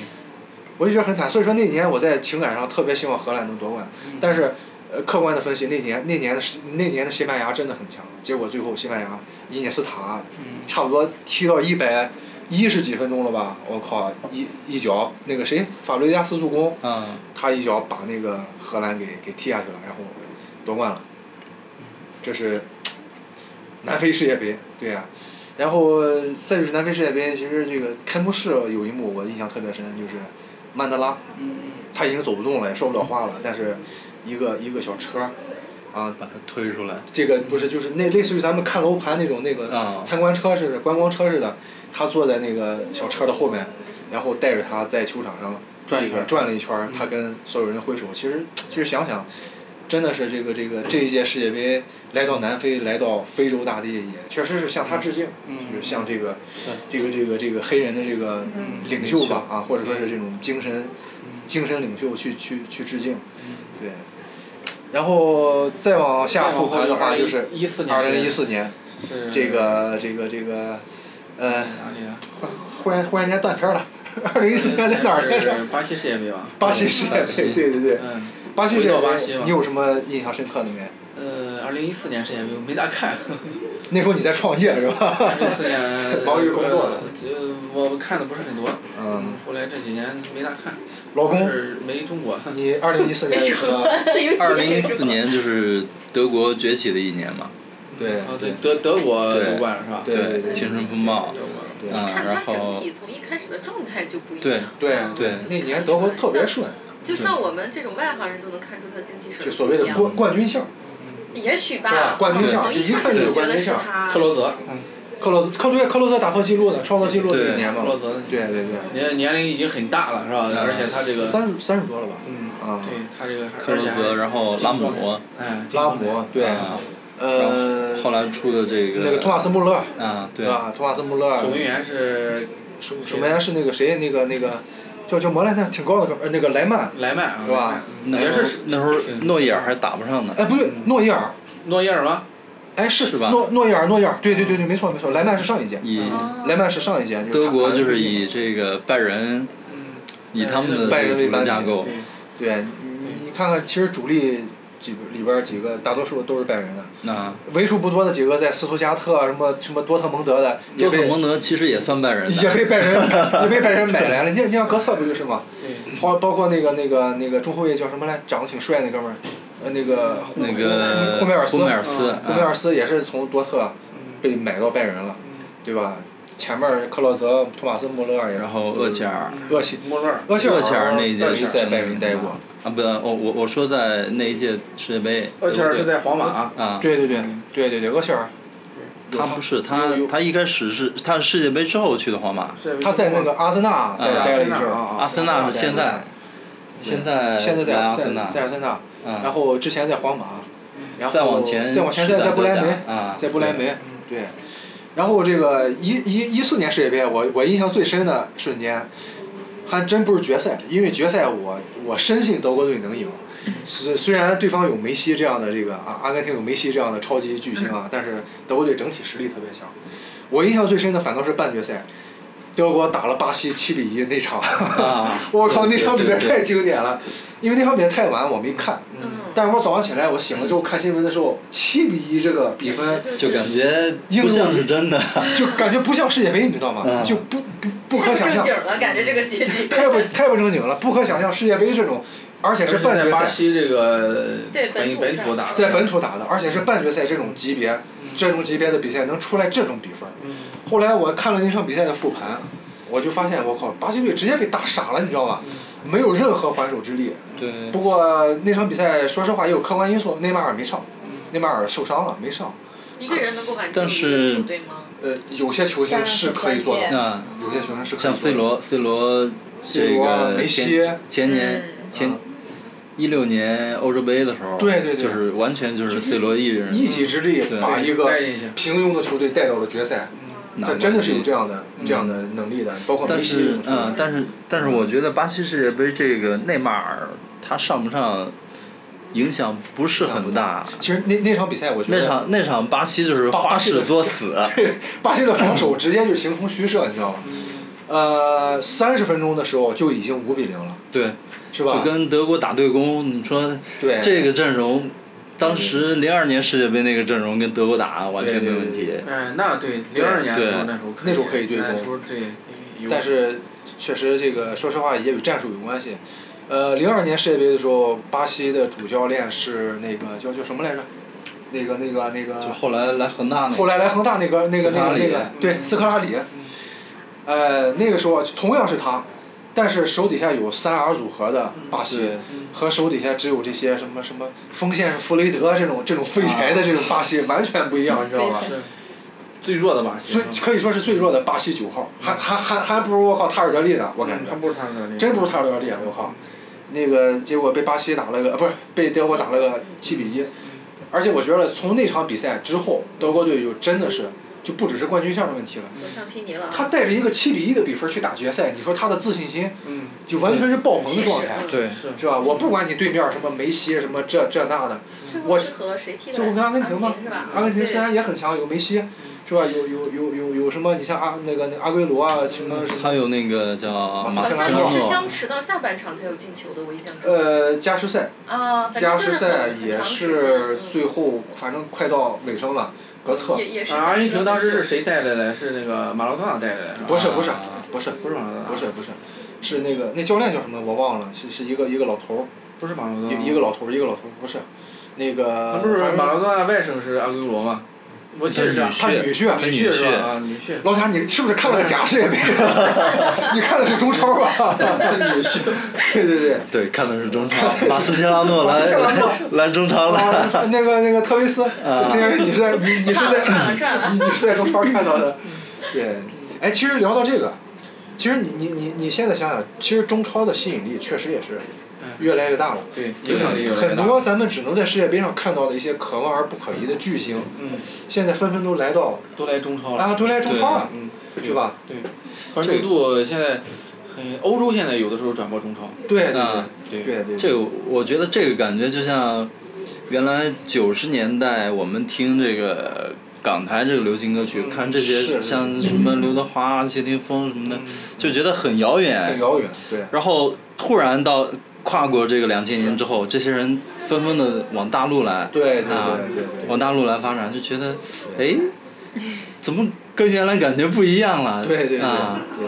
[SPEAKER 2] 我就觉得很惨。所以说那年我在情感上特别希望荷兰能夺冠，但是呃，客观的分析，那年那年的西那年的西班牙真的很强，结果最后西班牙伊涅斯塔
[SPEAKER 4] 嗯
[SPEAKER 2] 差不多踢到一百一十几分钟了吧，我靠，一一脚那个谁法布雷加斯助攻，
[SPEAKER 3] 啊，
[SPEAKER 2] 他一脚把那个荷兰给给踢下去了，然后夺冠了。这是南非世界杯，对呀、然后再就是南非世界杯，其实这个开幕式有一幕我印象特别深，就是曼德拉
[SPEAKER 4] 嗯
[SPEAKER 2] 他已经走不动了，也说不了话了，但是一个一个小车，啊，
[SPEAKER 3] 把他推出来，
[SPEAKER 2] 这个不是就是那类似于咱们看楼盘那种那个
[SPEAKER 3] 啊
[SPEAKER 2] 参观车似的、观光车似的，他坐在那个小车的后面，然后带着他在球场上
[SPEAKER 4] 转一圈
[SPEAKER 2] 这个转了一圈儿，他跟所有人挥手。其实其实想想，真的是这个这个这一届世界杯来到南非，来到非洲大地，也确实是向他致敬，
[SPEAKER 4] 嗯
[SPEAKER 2] 就是向这个
[SPEAKER 4] 是嗯
[SPEAKER 2] 这个这个这个黑人的这个领袖吧啊，或者说是这种精神精神领袖去去去致敬，对。然后再往下
[SPEAKER 4] 再往
[SPEAKER 2] 复
[SPEAKER 4] 后
[SPEAKER 2] 盘的话，
[SPEAKER 4] 就
[SPEAKER 2] 就是
[SPEAKER 4] 2014年
[SPEAKER 2] 二零一四年
[SPEAKER 4] 是
[SPEAKER 2] 这个这个这个，呃，
[SPEAKER 4] 嗯哪里啊？
[SPEAKER 2] 忽然忽然间断片儿了。 <laughs> 二零一四年 <laughs> 在哪儿来着？
[SPEAKER 4] 是巴西世界杯吧？
[SPEAKER 2] 巴西世界杯，对对对，
[SPEAKER 4] 嗯，
[SPEAKER 2] 巴西世
[SPEAKER 4] 回
[SPEAKER 2] 界
[SPEAKER 4] 到巴西
[SPEAKER 2] 杯
[SPEAKER 4] 吧，
[SPEAKER 2] 你有什么印象深刻的没？
[SPEAKER 4] 呃，二零一四年世界杯我没咋看，
[SPEAKER 2] 那时候你在创业是吧
[SPEAKER 4] 二？零一四年
[SPEAKER 2] <laughs> 忙于工作
[SPEAKER 4] 呃
[SPEAKER 2] 了，
[SPEAKER 4] 呃，我看的不是很多，
[SPEAKER 2] 嗯，
[SPEAKER 4] 后来这几年没咋看，
[SPEAKER 2] 老公
[SPEAKER 4] 是没中国，
[SPEAKER 2] 你二零一四年
[SPEAKER 5] <laughs>
[SPEAKER 2] 和
[SPEAKER 3] 二零一四年就是德国崛起的一年嘛，
[SPEAKER 2] 对
[SPEAKER 4] 哦对，德德国
[SPEAKER 3] 对
[SPEAKER 4] 夺冠了是吧？
[SPEAKER 2] 对对对
[SPEAKER 3] 青春风暴，
[SPEAKER 4] 德国，
[SPEAKER 2] 对
[SPEAKER 3] 啊，
[SPEAKER 5] 看
[SPEAKER 3] 然
[SPEAKER 5] 他整
[SPEAKER 3] 后
[SPEAKER 5] 体从一开始的状态就不一
[SPEAKER 3] 对
[SPEAKER 5] 样。
[SPEAKER 2] 对
[SPEAKER 3] 对
[SPEAKER 2] 那年德国特别顺，
[SPEAKER 5] 就像我们这种外行人都能看出他的经济实
[SPEAKER 2] 就
[SPEAKER 5] 力
[SPEAKER 2] 所谓
[SPEAKER 5] 不一
[SPEAKER 2] 的
[SPEAKER 5] 样，
[SPEAKER 2] 冠冠军相，
[SPEAKER 5] 也许
[SPEAKER 2] 对
[SPEAKER 5] 吧
[SPEAKER 2] 啊，冠军
[SPEAKER 5] 我
[SPEAKER 2] 相
[SPEAKER 5] 从
[SPEAKER 2] 就
[SPEAKER 5] 一
[SPEAKER 2] 一
[SPEAKER 5] 开
[SPEAKER 2] 看就
[SPEAKER 5] 始
[SPEAKER 2] 是
[SPEAKER 5] 就觉
[SPEAKER 2] 冠
[SPEAKER 5] 得
[SPEAKER 2] 军
[SPEAKER 5] 是
[SPEAKER 2] 相
[SPEAKER 5] 他
[SPEAKER 4] 克。罗泽，嗯，
[SPEAKER 2] 克罗克罗克罗泽打破纪录呢，创造纪录的一年嘛
[SPEAKER 4] 克，罗泽
[SPEAKER 2] 对对对，
[SPEAKER 4] 年年龄已经很大了是吧？而且他这个，
[SPEAKER 2] 嗯三十三十多了吧？
[SPEAKER 4] 嗯，
[SPEAKER 2] 啊
[SPEAKER 4] 对他这个还，
[SPEAKER 3] 克
[SPEAKER 4] 而
[SPEAKER 3] 罗
[SPEAKER 4] 且
[SPEAKER 3] 泽，
[SPEAKER 4] 还
[SPEAKER 3] 然后拉姆，
[SPEAKER 4] 哎，
[SPEAKER 2] 拉姆对，
[SPEAKER 3] 啊，
[SPEAKER 2] 呃，
[SPEAKER 3] 后来出的这
[SPEAKER 2] 那个托马斯穆勒，
[SPEAKER 3] 啊，对
[SPEAKER 2] 对，吧？托马斯穆勒，
[SPEAKER 4] 守门员是
[SPEAKER 2] 守守门员是那个谁？那个那个叫叫莫莱那挺高的哥们儿，呃那个莱曼，
[SPEAKER 4] 莱曼啊，
[SPEAKER 2] 是吧
[SPEAKER 4] 莱曼嗯
[SPEAKER 3] 那
[SPEAKER 4] 也
[SPEAKER 3] 时候
[SPEAKER 4] 是
[SPEAKER 3] 那时候诺伊尔还打不上呢，
[SPEAKER 2] 哎，不对，诺伊尔，
[SPEAKER 4] 诺伊尔吗？
[SPEAKER 2] 哎是
[SPEAKER 3] 嗯是吧嗯
[SPEAKER 2] 诺诺伊尔，诺伊尔，对对对对，没错没错，莱曼是上一届，
[SPEAKER 3] 以
[SPEAKER 5] 嗯
[SPEAKER 2] 莱曼是上一届，就是
[SPEAKER 3] 嗯德
[SPEAKER 2] 他
[SPEAKER 3] 国
[SPEAKER 2] 他
[SPEAKER 3] 就是以这个拜仁
[SPEAKER 2] 哦
[SPEAKER 4] 嗯，
[SPEAKER 3] 以他们的
[SPEAKER 2] 拜仁为
[SPEAKER 3] 这个主
[SPEAKER 2] 班
[SPEAKER 3] 力架
[SPEAKER 2] 底
[SPEAKER 3] 构
[SPEAKER 4] 对，
[SPEAKER 2] 对你你看看，其实主力几里边儿几个大多数都是拜仁的，
[SPEAKER 3] 那。
[SPEAKER 2] 为数不多的几个在斯图加特啊什么什么多特蒙德的也
[SPEAKER 3] 多特
[SPEAKER 2] 被
[SPEAKER 3] 蒙德其实也算拜仁
[SPEAKER 2] 也
[SPEAKER 3] 的，
[SPEAKER 2] 被拜仁 <laughs> 也被拜仁买来了，你像你像格策不就是吗？
[SPEAKER 4] 对，
[SPEAKER 2] 包包括那个那个那个中后卫叫什么来，长得挺帅那哥们儿，呃那个胡
[SPEAKER 3] 那个
[SPEAKER 2] 胡胡梅尔斯，嗯
[SPEAKER 3] 梅尔斯，
[SPEAKER 4] 啊
[SPEAKER 2] 胡梅尔
[SPEAKER 3] 啊嗯
[SPEAKER 2] 斯也是从多特被买到拜仁了，对吧？前面儿克洛泽、托马斯穆勒也，
[SPEAKER 3] 然后厄齐尔，
[SPEAKER 2] 厄齐
[SPEAKER 4] 莫勒尔，
[SPEAKER 2] 厄齐尔
[SPEAKER 3] 厄齐尔那一届
[SPEAKER 2] 倒是
[SPEAKER 3] 是
[SPEAKER 2] 在拜仁待过，
[SPEAKER 3] 啊不，我我我说在那一届世界杯，
[SPEAKER 4] 厄齐尔是在皇马啊，
[SPEAKER 3] 啊，
[SPEAKER 2] 对对对对对对，厄齐尔，
[SPEAKER 3] 他不是他
[SPEAKER 4] 有有
[SPEAKER 3] 他一开始是他是世界杯之后去的皇马，
[SPEAKER 4] 是
[SPEAKER 2] 他在那个阿森纳待
[SPEAKER 3] 啊
[SPEAKER 2] 待了一阵儿，
[SPEAKER 4] 啊
[SPEAKER 3] 阿森纳是现在现在
[SPEAKER 2] 现在在
[SPEAKER 3] 来阿
[SPEAKER 2] 在
[SPEAKER 3] 森纳，
[SPEAKER 2] 在阿森纳，
[SPEAKER 3] 嗯
[SPEAKER 2] 然后之前在皇马，然后
[SPEAKER 3] 再往前
[SPEAKER 2] 再往前在
[SPEAKER 3] 是在
[SPEAKER 2] 在布莱
[SPEAKER 3] 德甲
[SPEAKER 2] 梅
[SPEAKER 3] 啊，
[SPEAKER 2] 在布莱梅，对。然后这个一一一四年世界杯，我我印象最深的瞬间，还真不是决赛，因为决赛我我深信德国队能赢。虽虽然对方有梅西这样的这个阿阿根廷有梅西这样的超级巨星啊，但是德国队整体实力特别强。我印象最深的反倒是半决赛，德国打了巴西七比一那场，
[SPEAKER 3] 啊
[SPEAKER 2] <laughs> 我靠，那场比赛
[SPEAKER 3] 对对对
[SPEAKER 2] 太经典了，因为那场比赛太晚我没看，
[SPEAKER 5] 嗯，
[SPEAKER 2] 但是我早上起来我醒了之后看新闻的时候，七比一这个比分
[SPEAKER 5] 是
[SPEAKER 3] 就感觉
[SPEAKER 2] 英
[SPEAKER 3] 不
[SPEAKER 2] 国
[SPEAKER 3] 像是真的，
[SPEAKER 2] 就感觉不像世界杯，你知道吗？
[SPEAKER 3] 嗯
[SPEAKER 2] 就不不不可
[SPEAKER 5] 太不
[SPEAKER 2] 想
[SPEAKER 5] 正
[SPEAKER 2] 象
[SPEAKER 5] 经，了，感觉这个结局。
[SPEAKER 2] 太不太不正经了，不可想象世界杯这种，而且
[SPEAKER 4] 而
[SPEAKER 2] 是
[SPEAKER 4] 且
[SPEAKER 2] 半
[SPEAKER 4] 在
[SPEAKER 2] 决
[SPEAKER 4] 巴
[SPEAKER 2] 赛，
[SPEAKER 4] 西这个
[SPEAKER 5] 对本
[SPEAKER 4] 本
[SPEAKER 5] 土
[SPEAKER 4] 本
[SPEAKER 5] 上
[SPEAKER 4] 土打的，
[SPEAKER 2] 在本土打的，而且是半决赛这种级别，
[SPEAKER 5] 嗯
[SPEAKER 2] 这种级别的比赛能出来这种比分。
[SPEAKER 4] 嗯，
[SPEAKER 2] 后来我看了那场比赛的复盘，我就发现我靠，巴西队直接被打傻了，你知道吗？
[SPEAKER 5] 嗯
[SPEAKER 2] 没有任何还手之力。
[SPEAKER 3] 对
[SPEAKER 2] 不过那场比赛说实话也有客观因素，内马尔没上，
[SPEAKER 5] 嗯
[SPEAKER 2] 内马尔受伤了没上。
[SPEAKER 5] 一个人能够挽救
[SPEAKER 3] 但
[SPEAKER 5] 一
[SPEAKER 3] 是
[SPEAKER 5] 个球队吗？
[SPEAKER 2] 呃，有些球星是可以做
[SPEAKER 6] 当然是关键
[SPEAKER 2] 到，
[SPEAKER 3] 啊，
[SPEAKER 2] 有些球星是可以做到
[SPEAKER 3] 像 C 罗，C 罗这
[SPEAKER 2] C 罗
[SPEAKER 3] 个
[SPEAKER 2] 梅西
[SPEAKER 3] 前前年
[SPEAKER 6] 嗯
[SPEAKER 3] 前一六年欧洲杯的时候，
[SPEAKER 2] 对对对
[SPEAKER 3] 就是完全就是 C 罗一人
[SPEAKER 2] 一己之力
[SPEAKER 3] 对嗯
[SPEAKER 2] 把一个
[SPEAKER 4] 带进去
[SPEAKER 2] 平庸的球队带到了决赛，
[SPEAKER 3] 拿
[SPEAKER 2] 这
[SPEAKER 3] 冠
[SPEAKER 2] 真的是有
[SPEAKER 3] 军
[SPEAKER 2] 这样的这样的能力的，包括梅
[SPEAKER 3] 嗯但
[SPEAKER 2] 西这
[SPEAKER 3] 是
[SPEAKER 2] 种，球
[SPEAKER 3] 嗯
[SPEAKER 2] 员，
[SPEAKER 3] 但是，但是，我觉得巴西世界杯这个内马尔他上不上，影响不是很大。
[SPEAKER 2] 其实那那场比赛，我觉
[SPEAKER 3] 那
[SPEAKER 2] 得
[SPEAKER 3] 场那场巴西就是花式作死，
[SPEAKER 2] <laughs> 巴西的防守直接就形同虚设，你知道吗？
[SPEAKER 3] 嗯
[SPEAKER 2] 呃，三十分钟的时候就已经五比零了，
[SPEAKER 3] 对，
[SPEAKER 2] 是吧？
[SPEAKER 3] 就跟德国打对攻，你说
[SPEAKER 2] 对
[SPEAKER 3] 这个阵容，当时零二年世界杯那个阵容跟德国打完全没
[SPEAKER 2] 对对
[SPEAKER 3] 问题
[SPEAKER 2] 对。
[SPEAKER 4] 哎，那对，零二年的时候那时候可以，
[SPEAKER 2] 那时候可以对
[SPEAKER 4] 那
[SPEAKER 2] 攻
[SPEAKER 4] 时候对，有
[SPEAKER 2] 但是确实这个说实话也与战术有关系。呃，零二年世界杯的时候，巴西的主教练是那个叫叫什么来着？那个那个那个
[SPEAKER 3] 就后来来恒大那
[SPEAKER 2] 后
[SPEAKER 3] 个，
[SPEAKER 2] 来来恒大那个那个
[SPEAKER 3] 斯科
[SPEAKER 2] 那
[SPEAKER 3] 拉
[SPEAKER 2] 个
[SPEAKER 3] 里嗯
[SPEAKER 2] 那个，对，斯科拉里，呃，那个时候同样是他，但是手底下有三 R 组合的巴西
[SPEAKER 3] 嗯对，
[SPEAKER 2] 和手底下只有这些什么什么锋线是弗雷德这种这种废柴
[SPEAKER 3] 啊
[SPEAKER 2] 的这种巴西完全不一样，你知道吧
[SPEAKER 6] 废？柴
[SPEAKER 4] 是最弱的吧？其
[SPEAKER 2] 所以
[SPEAKER 4] 实
[SPEAKER 2] 可以说是最弱的巴西九号，还还还还不如我靠塔尔德利呢，我感
[SPEAKER 4] 嗯
[SPEAKER 2] 觉
[SPEAKER 4] 还不如他的厉害，
[SPEAKER 2] 真不如塔尔德利，我靠，那个结果被巴西打了个，呃不是被德国打了个七比一，而且我觉得从那场比赛之后，德国队就真的是就不只是冠军相的问题了。
[SPEAKER 5] 所向披靡了啊。
[SPEAKER 2] 他带着一个七比一的比分去打决赛，你说他的自信心
[SPEAKER 4] 嗯，
[SPEAKER 2] 就完全是爆棚的状态，
[SPEAKER 5] 气势
[SPEAKER 3] 对，
[SPEAKER 4] 是
[SPEAKER 2] 是吧？我不管你对面什么梅西什么这这那的，
[SPEAKER 5] 最后
[SPEAKER 2] 我
[SPEAKER 5] 是和谁踢的来着？
[SPEAKER 2] 最后跟阿根廷嘛
[SPEAKER 5] 是吧？
[SPEAKER 2] 阿根廷虽
[SPEAKER 5] 对
[SPEAKER 2] 然也很强，有梅西，是吧？有有有有有什么？你像阿那个那阿圭罗啊，什么什么
[SPEAKER 3] 还有那个叫马
[SPEAKER 5] 好
[SPEAKER 3] 塞
[SPEAKER 5] 像
[SPEAKER 3] 拉
[SPEAKER 5] 也是
[SPEAKER 3] 诺，
[SPEAKER 5] 僵持到下半场才有进球的，我印象中。
[SPEAKER 2] 呃加时赛，
[SPEAKER 5] 啊，反
[SPEAKER 2] 加
[SPEAKER 5] 正
[SPEAKER 2] 时
[SPEAKER 5] 就是
[SPEAKER 2] 赛
[SPEAKER 5] 很很
[SPEAKER 2] 也
[SPEAKER 5] 长时间
[SPEAKER 2] 是
[SPEAKER 5] 嗯
[SPEAKER 2] 最后，反正快到尾声了，格策
[SPEAKER 5] 也也是
[SPEAKER 4] 啊，阿根廷当时是
[SPEAKER 5] 是
[SPEAKER 4] 谁带来的？是那个马拉多纳带来的，是吧？
[SPEAKER 2] 不是不是
[SPEAKER 3] 啊
[SPEAKER 2] 不是
[SPEAKER 4] 不是马拉多纳，
[SPEAKER 2] 不是不是，是那个那教练叫什么我忘了，是是一个一个老头
[SPEAKER 4] 不是马拉
[SPEAKER 2] 儿，
[SPEAKER 4] 多纳，呃
[SPEAKER 2] 一一个老头儿一个老头儿，不是那个
[SPEAKER 4] 那不是
[SPEAKER 2] 反正
[SPEAKER 4] 马拉多纳外甥是阿圭罗吗？我记得是啊
[SPEAKER 3] 他
[SPEAKER 2] 他女婿啊
[SPEAKER 3] 他
[SPEAKER 4] 女
[SPEAKER 3] 女
[SPEAKER 4] 婿是吧？
[SPEAKER 3] 婿
[SPEAKER 4] 啊，女婿。
[SPEAKER 2] 老贾，你是不是看了个假世界杯？ <laughs> 你看的是中超
[SPEAKER 4] <laughs>
[SPEAKER 2] 吧？ <laughs> 对对对。
[SPEAKER 3] 对，看的是中超，马斯切拉诺来
[SPEAKER 2] 马斯切拉诺
[SPEAKER 3] 来来中超了，
[SPEAKER 2] 啊， <laughs> 那个那个特维斯，
[SPEAKER 4] 啊
[SPEAKER 2] 这这人你是在你你是在
[SPEAKER 5] 看了看了
[SPEAKER 2] <laughs>
[SPEAKER 5] 嗯
[SPEAKER 2] 你你是在中超看到的，对。哎，其实聊到这个，其实你你你你现在想想，其实中超的吸引力确实也是越来越大了。
[SPEAKER 4] 嗯对，影响力有
[SPEAKER 2] 很
[SPEAKER 4] 点大。
[SPEAKER 2] 多咱们只能在世界杯上看到的一些可望而不可及的巨星，
[SPEAKER 4] 嗯，
[SPEAKER 2] 现在纷纷都来到
[SPEAKER 4] 都来中超了。
[SPEAKER 2] 啊，都来中超了，
[SPEAKER 4] 嗯，
[SPEAKER 2] 是吧？
[SPEAKER 4] 对，关注度现在很，欧洲现在有的时候转播中超。
[SPEAKER 2] 对
[SPEAKER 3] 啊
[SPEAKER 2] 对对对
[SPEAKER 3] 这
[SPEAKER 2] 对，
[SPEAKER 3] 个我觉得这个感觉就像原来九十年代我们听这个港台这个流行歌曲，看这些
[SPEAKER 2] 嗯是
[SPEAKER 3] 像什么刘德华啊、谢霆锋什么的
[SPEAKER 4] 嗯，
[SPEAKER 3] 就觉得很遥远。
[SPEAKER 2] 很遥远，对。
[SPEAKER 3] 然后突然到跨过这个两千年之后，这些人纷纷的往大陆来，
[SPEAKER 2] 对对
[SPEAKER 3] 啊
[SPEAKER 2] 对对对
[SPEAKER 3] 往大陆来发展，就觉得，哎，怎么跟原来感觉不一样了？
[SPEAKER 2] 对对对
[SPEAKER 3] 啊，
[SPEAKER 2] 对，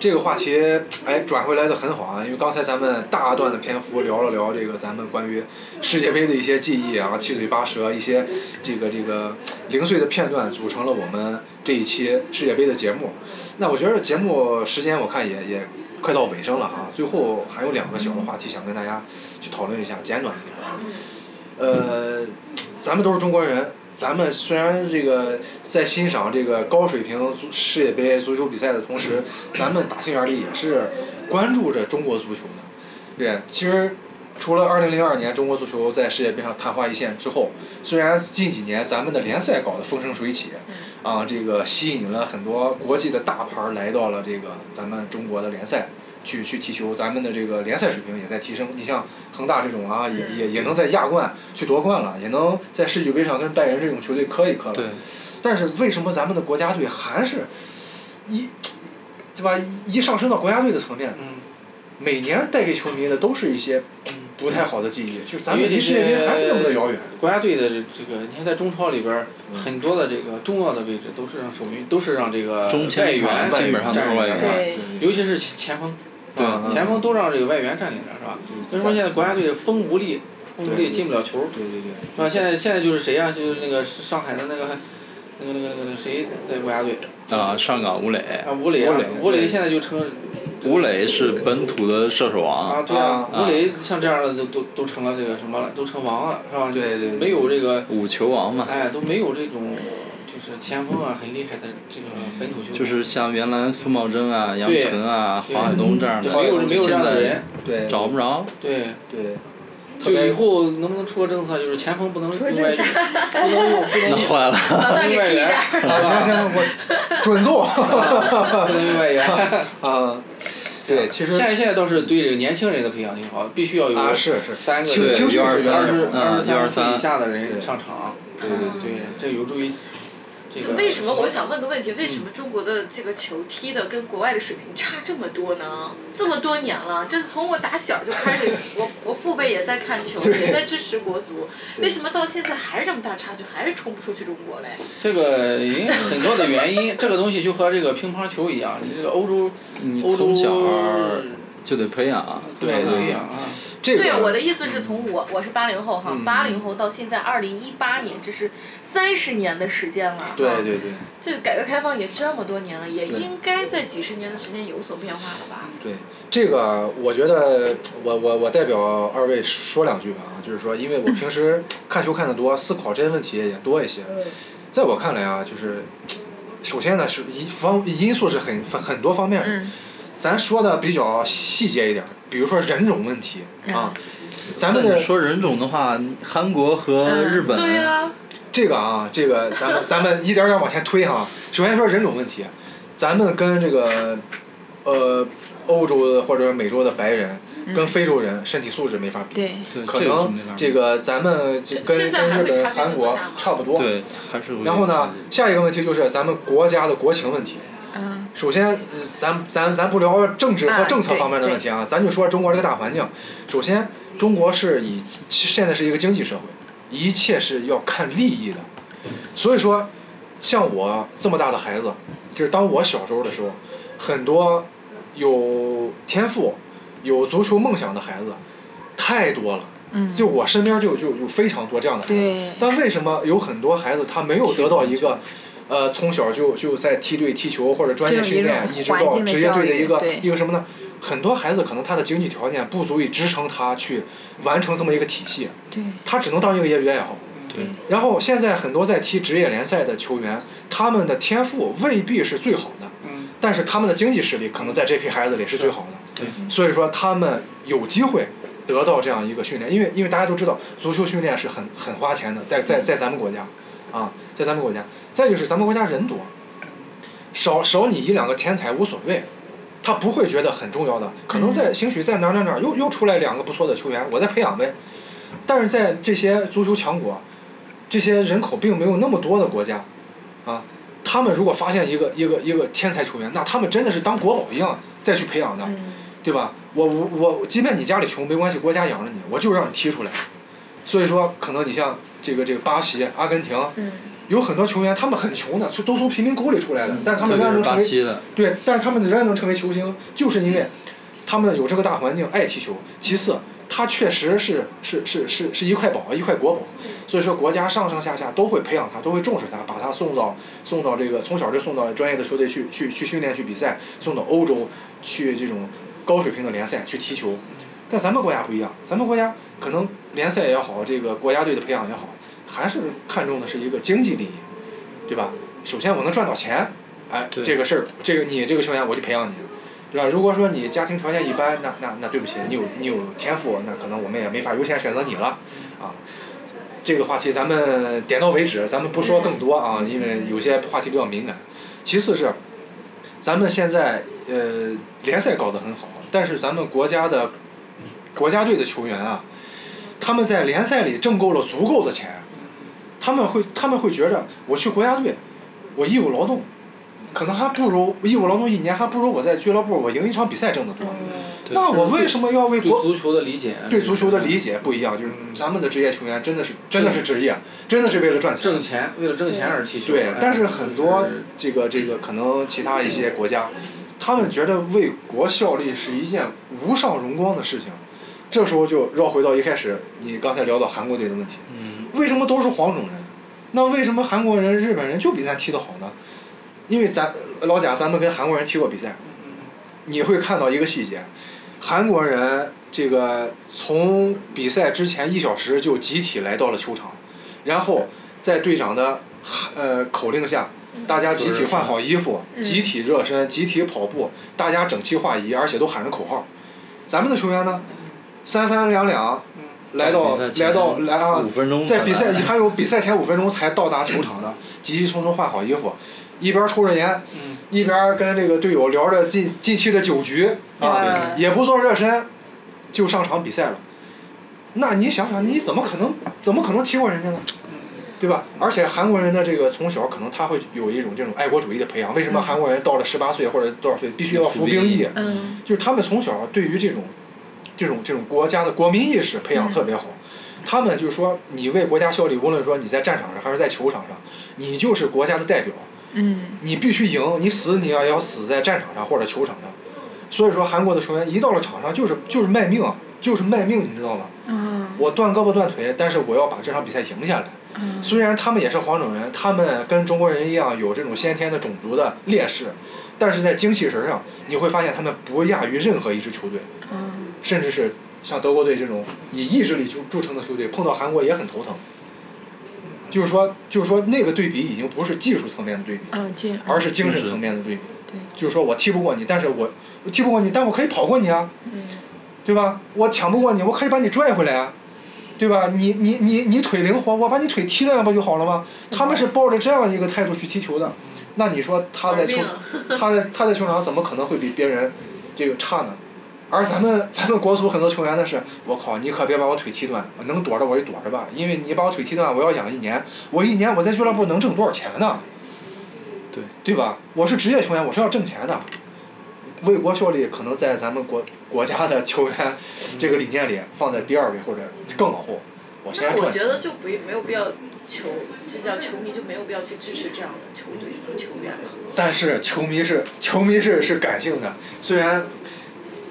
[SPEAKER 2] 这个话题哎转回来的很好啊，因为刚才咱们大段的篇幅聊了聊这个咱们关于世界杯的一些记忆啊，七嘴八舌一些这个这个零碎的片段，组成了我们这一期世界杯的节目。那我觉得节目时间我看也也快到尾声了啊，最后还有两个小的话题想跟大家去讨论一下，简短一点。啊呃，咱们都是中国人，咱们虽然这个在欣赏这个高水平足世界杯足球比赛的同时，咱们打心眼里也是关注着中国足球的。对，其实除了2002年中国足球在世界杯上昙花一现之后，虽然近几年咱们的联赛搞得风生水起，啊，这个吸引了很多国际的大牌儿来到了这个咱们中国的联赛。去去踢球，咱们的这个联赛水平也在提升。你像恒大这种啊，也也也能在亚冠去夺冠了，也能在世俱杯上跟拜仁这种球队磕一磕了。
[SPEAKER 3] 对，
[SPEAKER 2] 但是为什么咱们的国家队还是一，对吧？一上升到国家队的层面，
[SPEAKER 4] 嗯，
[SPEAKER 2] 每年带给球迷的都是一些不太好的记忆，就是咱们
[SPEAKER 4] 因为
[SPEAKER 2] 离
[SPEAKER 4] 这
[SPEAKER 2] 世界杯还是那么的遥远。
[SPEAKER 4] 国家队的这个，你看在中超里边儿，很多的这个重要的位置都是让守门，都是让这个
[SPEAKER 3] 中前
[SPEAKER 4] 外
[SPEAKER 3] 场
[SPEAKER 4] 援
[SPEAKER 3] 基本上都是
[SPEAKER 4] 占领
[SPEAKER 3] 外援
[SPEAKER 4] 着
[SPEAKER 6] 对
[SPEAKER 4] 尤其是前前锋，
[SPEAKER 2] 对
[SPEAKER 4] 啊
[SPEAKER 2] 嗯
[SPEAKER 4] 前锋都让这个外援占领着，是吧？所以说现在国家队锋无力，锋无力
[SPEAKER 2] 对
[SPEAKER 4] 进不了球，
[SPEAKER 2] 对对对，
[SPEAKER 4] 是吧？现在现在就是谁呀、啊就是那个上海的那个，那个那个那个谁在国家队
[SPEAKER 3] 啊，上港吴磊，
[SPEAKER 4] 啊，吴磊啊
[SPEAKER 2] 吴磊，
[SPEAKER 4] 吴磊现在就成
[SPEAKER 3] 吴磊是本土的射手王，
[SPEAKER 4] 啊，对啊，
[SPEAKER 3] 啊
[SPEAKER 4] 吴磊像这样的都都都成了这个什么了，都成王了，是吧？
[SPEAKER 2] 对对对
[SPEAKER 4] 没有这个，
[SPEAKER 3] 五球王嘛，
[SPEAKER 4] 哎，都没有这种就是前锋啊，很厉害的这个本土球员，
[SPEAKER 3] 就是像原来苏茂贞啊、杨
[SPEAKER 4] 对
[SPEAKER 3] 晨啊、
[SPEAKER 4] 对
[SPEAKER 3] 黄晓东这样的，
[SPEAKER 4] 没有没有这样的人
[SPEAKER 3] 现，在
[SPEAKER 2] 对
[SPEAKER 3] 找不着。
[SPEAKER 4] 对。
[SPEAKER 2] 对，特
[SPEAKER 4] 就以
[SPEAKER 2] 别
[SPEAKER 4] 后能不能出个政策，就是前锋不能
[SPEAKER 6] 出个
[SPEAKER 4] 用外援，
[SPEAKER 6] 政
[SPEAKER 4] 不能用不能
[SPEAKER 3] 那
[SPEAKER 4] 用
[SPEAKER 3] 坏了，
[SPEAKER 5] 老大给踢一下儿。
[SPEAKER 2] <laughs>
[SPEAKER 5] <laughs>
[SPEAKER 2] 啊，行行，
[SPEAKER 4] <laughs>
[SPEAKER 2] 我准奏
[SPEAKER 4] 不能用外援。
[SPEAKER 2] <laughs> 啊，对，其实
[SPEAKER 4] 现在现在倒是对这个年轻人的培养挺好，必须要有
[SPEAKER 2] 啊是是
[SPEAKER 4] 三个
[SPEAKER 2] 青
[SPEAKER 4] 对
[SPEAKER 2] 青训
[SPEAKER 3] 幺二
[SPEAKER 2] 是
[SPEAKER 3] 三
[SPEAKER 4] 二十
[SPEAKER 3] 嗯
[SPEAKER 4] 二十
[SPEAKER 3] 幺二
[SPEAKER 4] 三岁
[SPEAKER 3] 三
[SPEAKER 4] 以下的人
[SPEAKER 2] 对
[SPEAKER 4] 上场，
[SPEAKER 2] 对对对
[SPEAKER 4] 对，这有助于这
[SPEAKER 5] 啊就
[SPEAKER 4] 个。
[SPEAKER 5] 为什么我想问个问题？为什么中国的这个球踢的跟国外的水平差这么多呢？这么多年了，这是从我打小就开始，我我父辈也在看球，也在支持国足，为什么到现在还是这么大差距，还是冲不出去中国嘞？
[SPEAKER 4] 这个因为很多的原因，这个东西就和这个乒乓球一样，你这个欧洲
[SPEAKER 2] 嗯
[SPEAKER 3] 你
[SPEAKER 4] 欧
[SPEAKER 3] 从
[SPEAKER 4] 洲
[SPEAKER 3] 小就得培养。
[SPEAKER 4] 对
[SPEAKER 2] 对
[SPEAKER 4] 不一样啊，
[SPEAKER 2] 这个嗯
[SPEAKER 5] 对，我的意思是从我我是八零后哈，八零后到现在二零一八年，这是三十年的时间了。嗯
[SPEAKER 2] 对。对对
[SPEAKER 5] 这改革开放也这么多年了，也
[SPEAKER 2] 对
[SPEAKER 5] 应该在几十年的时间有所变化了吧？
[SPEAKER 2] 对，这个我觉得我我我代表二位说两句吧啊，就是说，因为我平时看球看得多，思考这些问题也多一些。在我看来啊，就是首先呢是一方因素是很很多方面的，
[SPEAKER 6] 嗯
[SPEAKER 2] 咱说的比较细节一点，比如说人种问题啊，咱们
[SPEAKER 3] 但
[SPEAKER 2] 的
[SPEAKER 3] 你说人种的话，韩国和日本，
[SPEAKER 5] 嗯对呀，
[SPEAKER 2] 这个啊，这个咱们咱们一点点往前推哈。 <laughs> 首先说人种问题，咱们跟这个呃欧洲的或者美洲的白人
[SPEAKER 5] 嗯
[SPEAKER 2] 跟非洲人身体素质没法比，
[SPEAKER 6] 对，
[SPEAKER 3] 对
[SPEAKER 2] 可
[SPEAKER 3] 这个是
[SPEAKER 2] 能
[SPEAKER 3] 没法
[SPEAKER 2] 这个咱们这跟
[SPEAKER 5] 现在还
[SPEAKER 2] 跟日
[SPEAKER 5] 会
[SPEAKER 2] 本、
[SPEAKER 5] 差距这么
[SPEAKER 2] 韩国
[SPEAKER 5] 大吗
[SPEAKER 2] 差不多。
[SPEAKER 3] 对还是有
[SPEAKER 2] 然后呢，下一个问题就是咱们国家的国情问题。
[SPEAKER 6] 嗯，
[SPEAKER 2] 首先，呃咱咱咱不聊政治和
[SPEAKER 6] 啊
[SPEAKER 2] 政策
[SPEAKER 6] 对
[SPEAKER 2] 方面的问题啊，咱就说中国这个大环境。首先，中国是以现在是一个经济社会，一切是要看利益的。所以说，像我这么大的孩子，就是当我小时候的时候，很多有天赋、有足球梦想的孩子太多了。
[SPEAKER 6] 嗯
[SPEAKER 2] 就我身边就就有非常多这样的孩子。
[SPEAKER 6] 对，
[SPEAKER 2] 但为什么有很多孩子他没有得到一个，呃，从小就就在梯队踢球或者专业训练，一
[SPEAKER 6] 这
[SPEAKER 2] 直
[SPEAKER 6] 种一种
[SPEAKER 2] 到
[SPEAKER 6] 环境的
[SPEAKER 2] 职业队的一
[SPEAKER 6] 教育
[SPEAKER 2] 个
[SPEAKER 6] 对
[SPEAKER 2] 一个什么呢？很多孩子可能他的经济条件不足以支撑他去完成这么一个体系，
[SPEAKER 6] 对，
[SPEAKER 2] 他只能当一个业余爱好。
[SPEAKER 3] 对
[SPEAKER 2] 然后现在很多在踢职业联赛的球员，他们的天赋未必是最好的，
[SPEAKER 4] 嗯，
[SPEAKER 2] 但是他们的经济实力可能在这批孩子里是最好的。
[SPEAKER 3] 对，
[SPEAKER 2] 所以说他们有机会得到这样一个训练，因为因为大家都知道足球训练是很很花钱的，在在在咱们国家，啊，在咱们国家，再就是咱们国家人多，少少你一两个天才无所谓。他不会觉得很重要的，可能在兴许在哪儿哪儿哪儿又又出来两个不错的球员，我再培养呗。但是在这些足球强国，这些人口并没有那么多的国家，啊，他们如果发现一个一个一个天才球员，那他们真的是当国宝一样再去培养的。
[SPEAKER 6] 嗯，
[SPEAKER 2] 对吧？我我我，即便你家里穷没关系，国家养着你，我就让你踢出来。所以说，可能你像这个这个巴西、阿根廷，
[SPEAKER 6] 嗯，
[SPEAKER 2] 有很多球员，他们很穷的，从都从贫民窟里出来的，但是他们
[SPEAKER 3] 特
[SPEAKER 2] 仍然
[SPEAKER 3] 别嗯是
[SPEAKER 2] 能成
[SPEAKER 3] 巴
[SPEAKER 2] 为
[SPEAKER 3] 西的，
[SPEAKER 2] 对，但是他们仍然能成为球星，就是因为他们有这个大环境，爱踢球。其次，他确实是是是是是一块宝，一块国宝。所以说，国家上上下下都会培养他，都会重视他，把他送到送到这个从小就送到专业的球队去去去训练、去比赛，送到欧洲去这种高水平的联赛去踢球。但咱们国家不一样，咱们国家可能联赛也好，这个国家队的培养也好，还是看重的是一个经济利益，对吧？首先我能赚到钱，哎，
[SPEAKER 3] 对
[SPEAKER 2] 这个事儿，这个你这个球员我就培养你，对吧？如果说你家庭条件一般，那那那对不起，你有你有天赋，那可能我们也没法优先选择你了，啊。这个话题咱们点到为止，咱们不说更多啊，因为有些话题比较敏感。其次是，咱们现在呃联赛搞得很好，但是咱们国家的国家队的球员啊，他们在联赛里挣够了足够的钱，他们会他们会觉着我去国家队，我义务劳动，可能还不如义务劳动一年还不如我在俱乐部我赢一场比赛挣得
[SPEAKER 6] 嗯
[SPEAKER 2] 多。
[SPEAKER 4] 嗯
[SPEAKER 3] 对
[SPEAKER 2] 那我为什么要为
[SPEAKER 4] 对
[SPEAKER 2] 国
[SPEAKER 4] 足球嗯的理解，
[SPEAKER 2] 对足球的理解不一样？就是咱们的职业球员真的是真的是职业，真的是为了赚钱
[SPEAKER 4] 挣。钱，为了挣钱而踢球。
[SPEAKER 2] 对
[SPEAKER 4] 哎，
[SPEAKER 2] 但是很多
[SPEAKER 4] 就是
[SPEAKER 2] 这个这个可能其他一些国家，他们觉得为国效力是一件无上荣光的事情。这时候就绕回到一开始你刚才聊到韩国队的问题，
[SPEAKER 3] 嗯，
[SPEAKER 2] 为什么都是黄种人？那为什么韩国人、日本人就比咱踢得好呢？因为咱老贾，咱们跟韩国人踢过比赛，你会看到一个细节，韩国人这个从比赛之前一小时就集体来到了球场，然后在队长的呃口令下，大家集体换好衣服，
[SPEAKER 6] 嗯
[SPEAKER 2] 集体热身，集体跑步，大家整齐划一，而且都喊着口号。咱们的球员呢，三三两两
[SPEAKER 3] 嗯
[SPEAKER 2] 来到
[SPEAKER 3] 比赛前
[SPEAKER 2] 来到来啊，
[SPEAKER 3] 五分钟
[SPEAKER 2] 在
[SPEAKER 3] 才来
[SPEAKER 2] 比赛还有比赛前五分钟才到达球场的，急急匆匆换好衣服，一边抽着烟，
[SPEAKER 3] 嗯
[SPEAKER 2] 一边跟这个队友聊着近近期的酒局啊，
[SPEAKER 6] 对
[SPEAKER 2] 也不做热身，就上场比赛了。那你想想，你怎么可能怎么可能踢过人家呢？对吧？而且韩国人的这个从小可能他会有一种这种爱国主义的培养。为什么韩国人到了十八岁或者多少岁必须要嗯服兵役？
[SPEAKER 6] 嗯，
[SPEAKER 2] 就是他们从小对于这种这种这种国家的国民意识培养特别好。他们就是说，你为国家效力，无论说你在战场上还是在球场上，你就是国家的代表。
[SPEAKER 6] 嗯，
[SPEAKER 2] 你必须赢，你死你也要死在战场上或者球场上。所以说，韩国的球员一到了场上就是就是卖命，就是卖命，你知道吗？
[SPEAKER 6] 啊，
[SPEAKER 2] 我断胳膊断腿，但是我要把这场比赛赢下来。
[SPEAKER 6] 嗯
[SPEAKER 2] 虽然他们也是黄种人，他们跟中国人一样有这种先天的种族的劣势，但是在精气神上，你会发现他们不亚于任何一支球队，
[SPEAKER 6] 嗯，
[SPEAKER 2] 甚至是像德国队这种以意志力著著称的球队，碰到韩国也很头疼。就是说，就是说那个对比已经不是技术层面的对比，
[SPEAKER 7] 嗯，这样。
[SPEAKER 2] 而是精神层面的对比。
[SPEAKER 7] 对
[SPEAKER 2] 就是说我踢不过你，但是我我踢不过你，但我可以跑过你啊，
[SPEAKER 6] 嗯
[SPEAKER 2] 对吧？我抢不过你，我可以把你拽回来啊，对吧？你你你你腿灵活，我把你腿踢烂不就好了吗？他们是抱着这样一个态度去踢球的，那你说他在
[SPEAKER 5] 玩
[SPEAKER 2] 球
[SPEAKER 5] 命，啊，
[SPEAKER 2] 他在他在球场上怎么可能会比别人这个差呢？而咱们咱们国足很多球员那是，我靠，你可别把我腿踢断，我能躲着我就躲着吧，因为你把我腿踢断，我要养一年，我一年我在俱乐部能挣多少钱呢？
[SPEAKER 3] 对
[SPEAKER 2] 对吧？我是职业球员，我是要挣钱的。为国效力可能在咱们国国家的球员这个理念里放在第二位或者更往后。我先
[SPEAKER 5] 那
[SPEAKER 2] 赚
[SPEAKER 5] 我
[SPEAKER 2] 钱
[SPEAKER 5] 觉得就不没有必要球，这叫球迷就没有必要去支持这样的球队和球员了。
[SPEAKER 2] 但是球迷是球迷是是感性的，虽然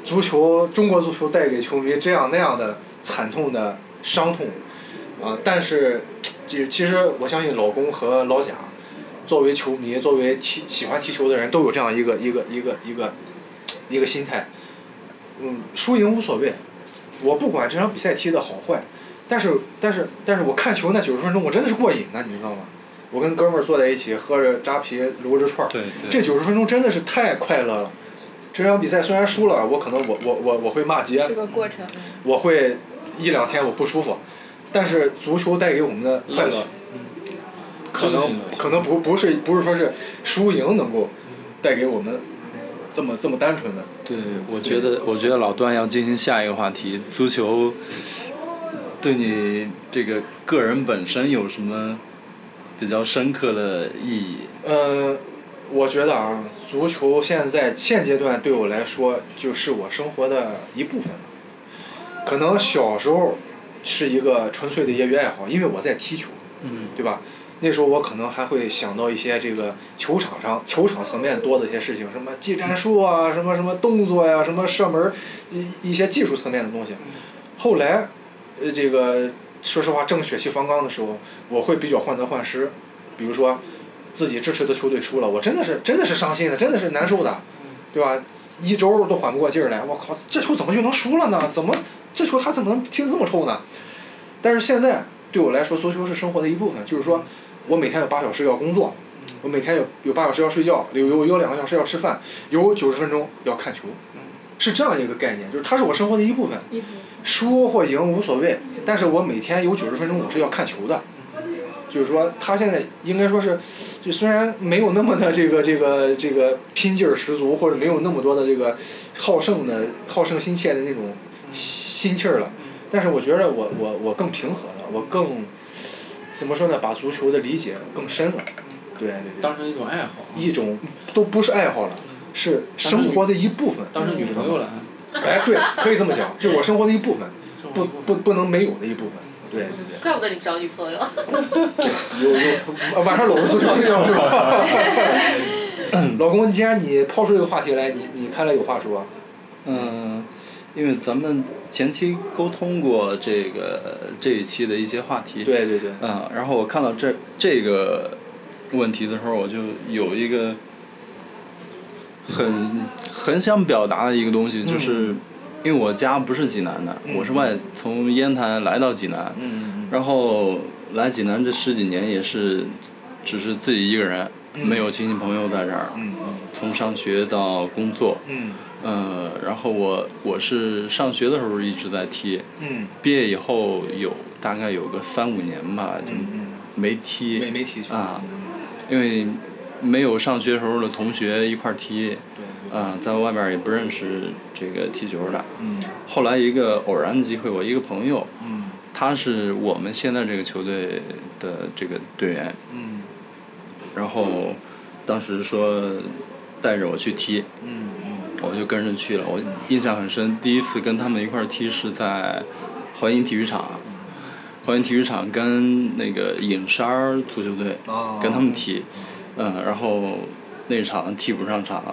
[SPEAKER 2] 足球中国足球带给球迷这样那样的惨痛的伤痛，啊、但是其其实我相信老公和老贾，作为球迷，作为踢喜欢踢球的人，都有这样一个一个一个一个一个心态，嗯，输赢无所谓，我不管这场比赛踢的好坏，但是但是但是我看球那九十分钟，我真的是过瘾的，你知道吗？我跟哥们儿坐在一起，喝着扎啤撸着串儿，
[SPEAKER 3] 对对
[SPEAKER 2] 这九十分钟真的是太快乐了。这场比赛虽然输了，我可能我我我我会骂街，
[SPEAKER 6] 这个过程，
[SPEAKER 2] 我会一两天我不舒服，但是足球带给我们的快
[SPEAKER 4] 乐
[SPEAKER 2] 乐
[SPEAKER 4] 趣，
[SPEAKER 2] 可能
[SPEAKER 4] 真的是乐趣
[SPEAKER 2] 可能不不是不是说是输赢能够带给我们这么这么单纯的，
[SPEAKER 3] 对，我觉得，我觉得老段要进行下一个话题，足球对你这个个人本身有什么比较深刻的意义？
[SPEAKER 2] 嗯，我觉得啊，足球现在现阶段对我来说就是我生活的一部分了。可能小时候是一个纯粹的业余爱好，因为我在踢球，
[SPEAKER 3] 嗯，
[SPEAKER 2] 对吧？那时候我可能还会想到一些这个球场上球场层面多的一些事情，什么技战术啊，什么什么动作呀、什么射门儿，一一些技术层面的东西。后来，呃，这个说实话，正血气方刚的时候，我会比较患得患失，比如说自己支持的球队输了，我真的是真的是伤心的，真的是难受的，对吧？一周都缓不过劲儿来，我靠，这球怎么就能输了呢？怎么这球他怎么能踢得这么臭呢？但是现在对我来说，足球是生活的一部分，就是说我每天有八小时要工作，我每天有有八小时要睡觉，有有有两个小时要吃饭，有九十分钟要看球，是这样一个概念，就是它是我生活的一部分。
[SPEAKER 6] 一部
[SPEAKER 2] 输或赢无所谓，但是我每天有九十分钟我是要看球的，就是说他现在应该说是，就虽然没有那么的这个这个这个拼劲儿十足，或者没有那么多的这个好胜的好胜心切的那种心气儿了，但是我觉得我我我更平和了，我更怎么说呢，把足球的理解更深了，对对对，
[SPEAKER 4] 当成一种爱好，
[SPEAKER 2] 一种都不是爱好了，是生活的一部分，
[SPEAKER 4] 当成女朋友了，
[SPEAKER 2] 哎，对，可以这么讲，就是我生活的一部分。
[SPEAKER 4] 生
[SPEAKER 2] 不
[SPEAKER 4] 活一部分
[SPEAKER 2] 不不能没有的一部分。对对
[SPEAKER 5] 怪不得你不找女朋友。 <laughs>
[SPEAKER 2] 对，有有呃晚上搂着做床睡觉是吧？ <laughs> 老公，既然你抛出这个话题来，你你看来有话说。
[SPEAKER 3] 嗯，因为咱们前期沟通过这个这一期的一些话题，
[SPEAKER 2] 对对对，
[SPEAKER 3] 嗯，然后我看到这这个问题的时候，我就有一个很很想表达的一个东西，就是
[SPEAKER 2] 嗯
[SPEAKER 3] 因为我家不是济南的，我是外从烟台来到济南，
[SPEAKER 2] 嗯
[SPEAKER 3] 然后来济南这十几年也是只是自己一个人，没有亲戚朋友在这儿，
[SPEAKER 2] 嗯
[SPEAKER 3] 从上学到工作，
[SPEAKER 2] 嗯
[SPEAKER 3] 呃，然后我我是上学的时候一直在踢，
[SPEAKER 2] 嗯
[SPEAKER 3] 毕业以后有大概有个三五年吧，就
[SPEAKER 2] 嗯
[SPEAKER 3] 没
[SPEAKER 2] 嗯，
[SPEAKER 3] 踢，
[SPEAKER 2] 没没嗯提出
[SPEAKER 3] 啊，因为没有上学时候的同学一块儿踢，
[SPEAKER 2] 对，
[SPEAKER 3] 啊、在外边儿也不认识这个踢球的。
[SPEAKER 2] 嗯
[SPEAKER 3] 后来一个偶然的机会，我一个朋友，
[SPEAKER 2] 嗯
[SPEAKER 3] 他是我们现在这个球队的这个队员，
[SPEAKER 2] 嗯
[SPEAKER 3] 然后当时说带着我去踢，
[SPEAKER 2] 嗯嗯
[SPEAKER 3] 我就跟着去了。我印象很深，第一次跟他们一块儿踢是在淮阴体育场，淮阴体育场跟那个尹山儿足球队
[SPEAKER 2] 哦
[SPEAKER 3] 跟他们踢，嗯，然后那场替补上场，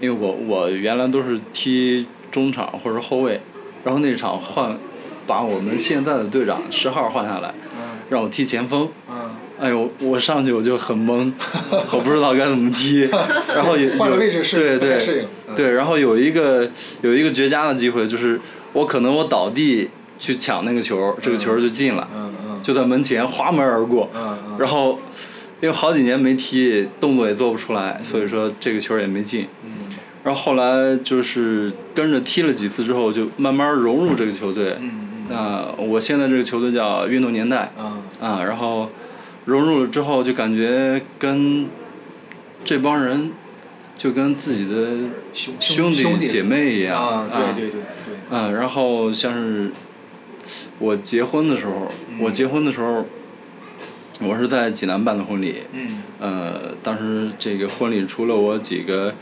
[SPEAKER 3] 因为我我原来都是踢中场或者后卫，然后那场换把我们现在的队长十号换下来，让我踢前锋。
[SPEAKER 2] 嗯
[SPEAKER 3] 哎呦，我上去我就很懵， <laughs> 我不知道该怎么踢，然
[SPEAKER 2] <laughs>
[SPEAKER 3] 后有
[SPEAKER 2] 换个
[SPEAKER 3] 有
[SPEAKER 2] 位置适应
[SPEAKER 3] 对
[SPEAKER 2] 不太
[SPEAKER 3] 对
[SPEAKER 2] 适应嗯
[SPEAKER 3] 对，然后有一个有一个绝佳的机会，就是我可能我倒地去抢那个球，这个球就进了，
[SPEAKER 2] 嗯嗯嗯
[SPEAKER 3] 就在门前滑门而过。
[SPEAKER 2] 嗯嗯
[SPEAKER 3] 然后因为好几年没踢，动作也做不出来，所以说这个球也没进。
[SPEAKER 2] 嗯
[SPEAKER 3] 然后后来就是跟着踢了几次之后，就慢慢融入这个球队。
[SPEAKER 2] 嗯嗯
[SPEAKER 3] 那我现在这个球队叫运动年代。
[SPEAKER 2] 嗯
[SPEAKER 3] 啊，然后融入了之后，就感觉跟这帮人就跟自己的
[SPEAKER 2] 兄
[SPEAKER 3] 兄
[SPEAKER 2] 兄弟
[SPEAKER 3] 姐妹一样。
[SPEAKER 2] 啊，对对
[SPEAKER 3] 啊
[SPEAKER 2] 对对，
[SPEAKER 3] 嗯，然后像是我结婚的时候，我
[SPEAKER 2] 嗯
[SPEAKER 3] 结婚的时候，我是在济南办的婚礼。
[SPEAKER 2] 嗯
[SPEAKER 3] 呃，当时这个婚礼除了我几个，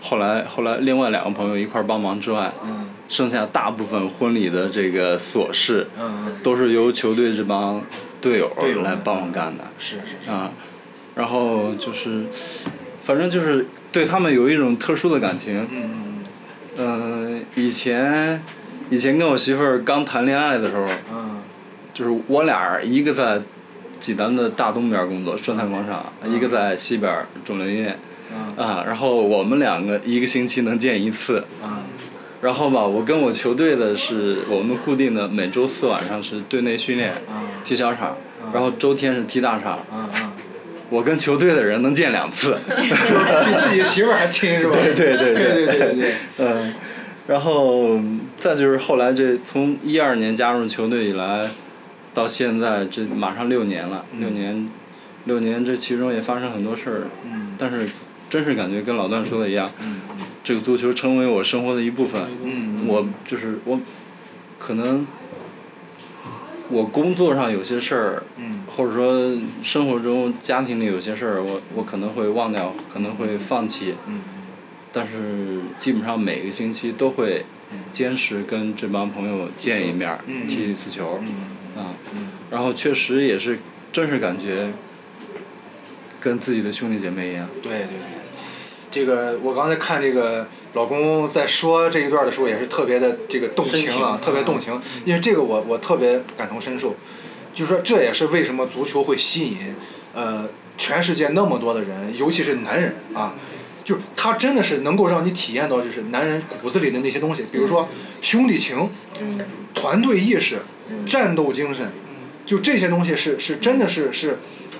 [SPEAKER 3] 后来后来另外两个朋友一块儿帮忙之外，
[SPEAKER 2] 嗯
[SPEAKER 3] 剩下大部分婚礼的这个琐事，
[SPEAKER 2] 嗯嗯，
[SPEAKER 3] 都是由球队这帮队友
[SPEAKER 2] 队友
[SPEAKER 3] 来
[SPEAKER 2] 们
[SPEAKER 3] 帮我干的。
[SPEAKER 2] 是是是，
[SPEAKER 3] 啊，然后就是，反正就是对他们有一种特殊的感情。
[SPEAKER 2] 嗯
[SPEAKER 3] 嗯、以前以前跟我媳妇儿刚谈恋爱的时候，
[SPEAKER 2] 嗯嗯
[SPEAKER 3] 就是我俩儿一个在济南的大东边儿工作，顺泰广场；一个在西边儿肿瘤医院。
[SPEAKER 2] 嗯嗯
[SPEAKER 3] 啊，然后我们两个一个星期能见一次。
[SPEAKER 2] 嗯
[SPEAKER 3] 然后吧，我跟我球队的是我们固定的每周四晚上是队内训练，
[SPEAKER 2] 嗯
[SPEAKER 3] 踢小场，然后周天是踢大场。
[SPEAKER 2] 嗯，
[SPEAKER 3] 我跟球队的人能见两次。
[SPEAKER 2] 比 <laughs> 自己的媳妇儿还亲是吧？
[SPEAKER 3] <laughs> 对对对
[SPEAKER 2] 对
[SPEAKER 3] 对
[SPEAKER 2] <laughs> 对对，
[SPEAKER 3] 嗯，然后再就是后来这从一二年加入球队以来，到现在这马上六年了，六年，六年这其中也发生很多事儿，
[SPEAKER 2] 嗯
[SPEAKER 3] 但是真是感觉跟老段说的一样，
[SPEAKER 2] 嗯
[SPEAKER 3] 这个足球成为我生活的一部分。
[SPEAKER 2] 嗯，
[SPEAKER 3] 我就是我，可能我工作上有些事儿，
[SPEAKER 2] 嗯
[SPEAKER 3] 或者说生活中家庭里有些事儿，我我可能会忘掉，可能会放弃。
[SPEAKER 2] 嗯
[SPEAKER 3] 但是基本上每个星期都会坚持跟这帮朋友见一面儿，
[SPEAKER 2] 嗯
[SPEAKER 3] 踢一次球，
[SPEAKER 2] 嗯
[SPEAKER 3] 啊，
[SPEAKER 2] 嗯
[SPEAKER 3] 然后确实也是，真是感觉跟自己的兄弟姐妹一样。
[SPEAKER 2] 对对对，这个我刚才看这个老公在说这一段的时候，也是特别的这个动情啊，特别动情，因为这个我我特别感同身受，就是说这也是为什么足球会吸引呃全世界那么多的人，尤其是男人啊。就是他真的是能够让你体验到，就是男人骨子里的那些东西，比如说兄弟情、团队意识、战斗精神，就这些东西是是真的是是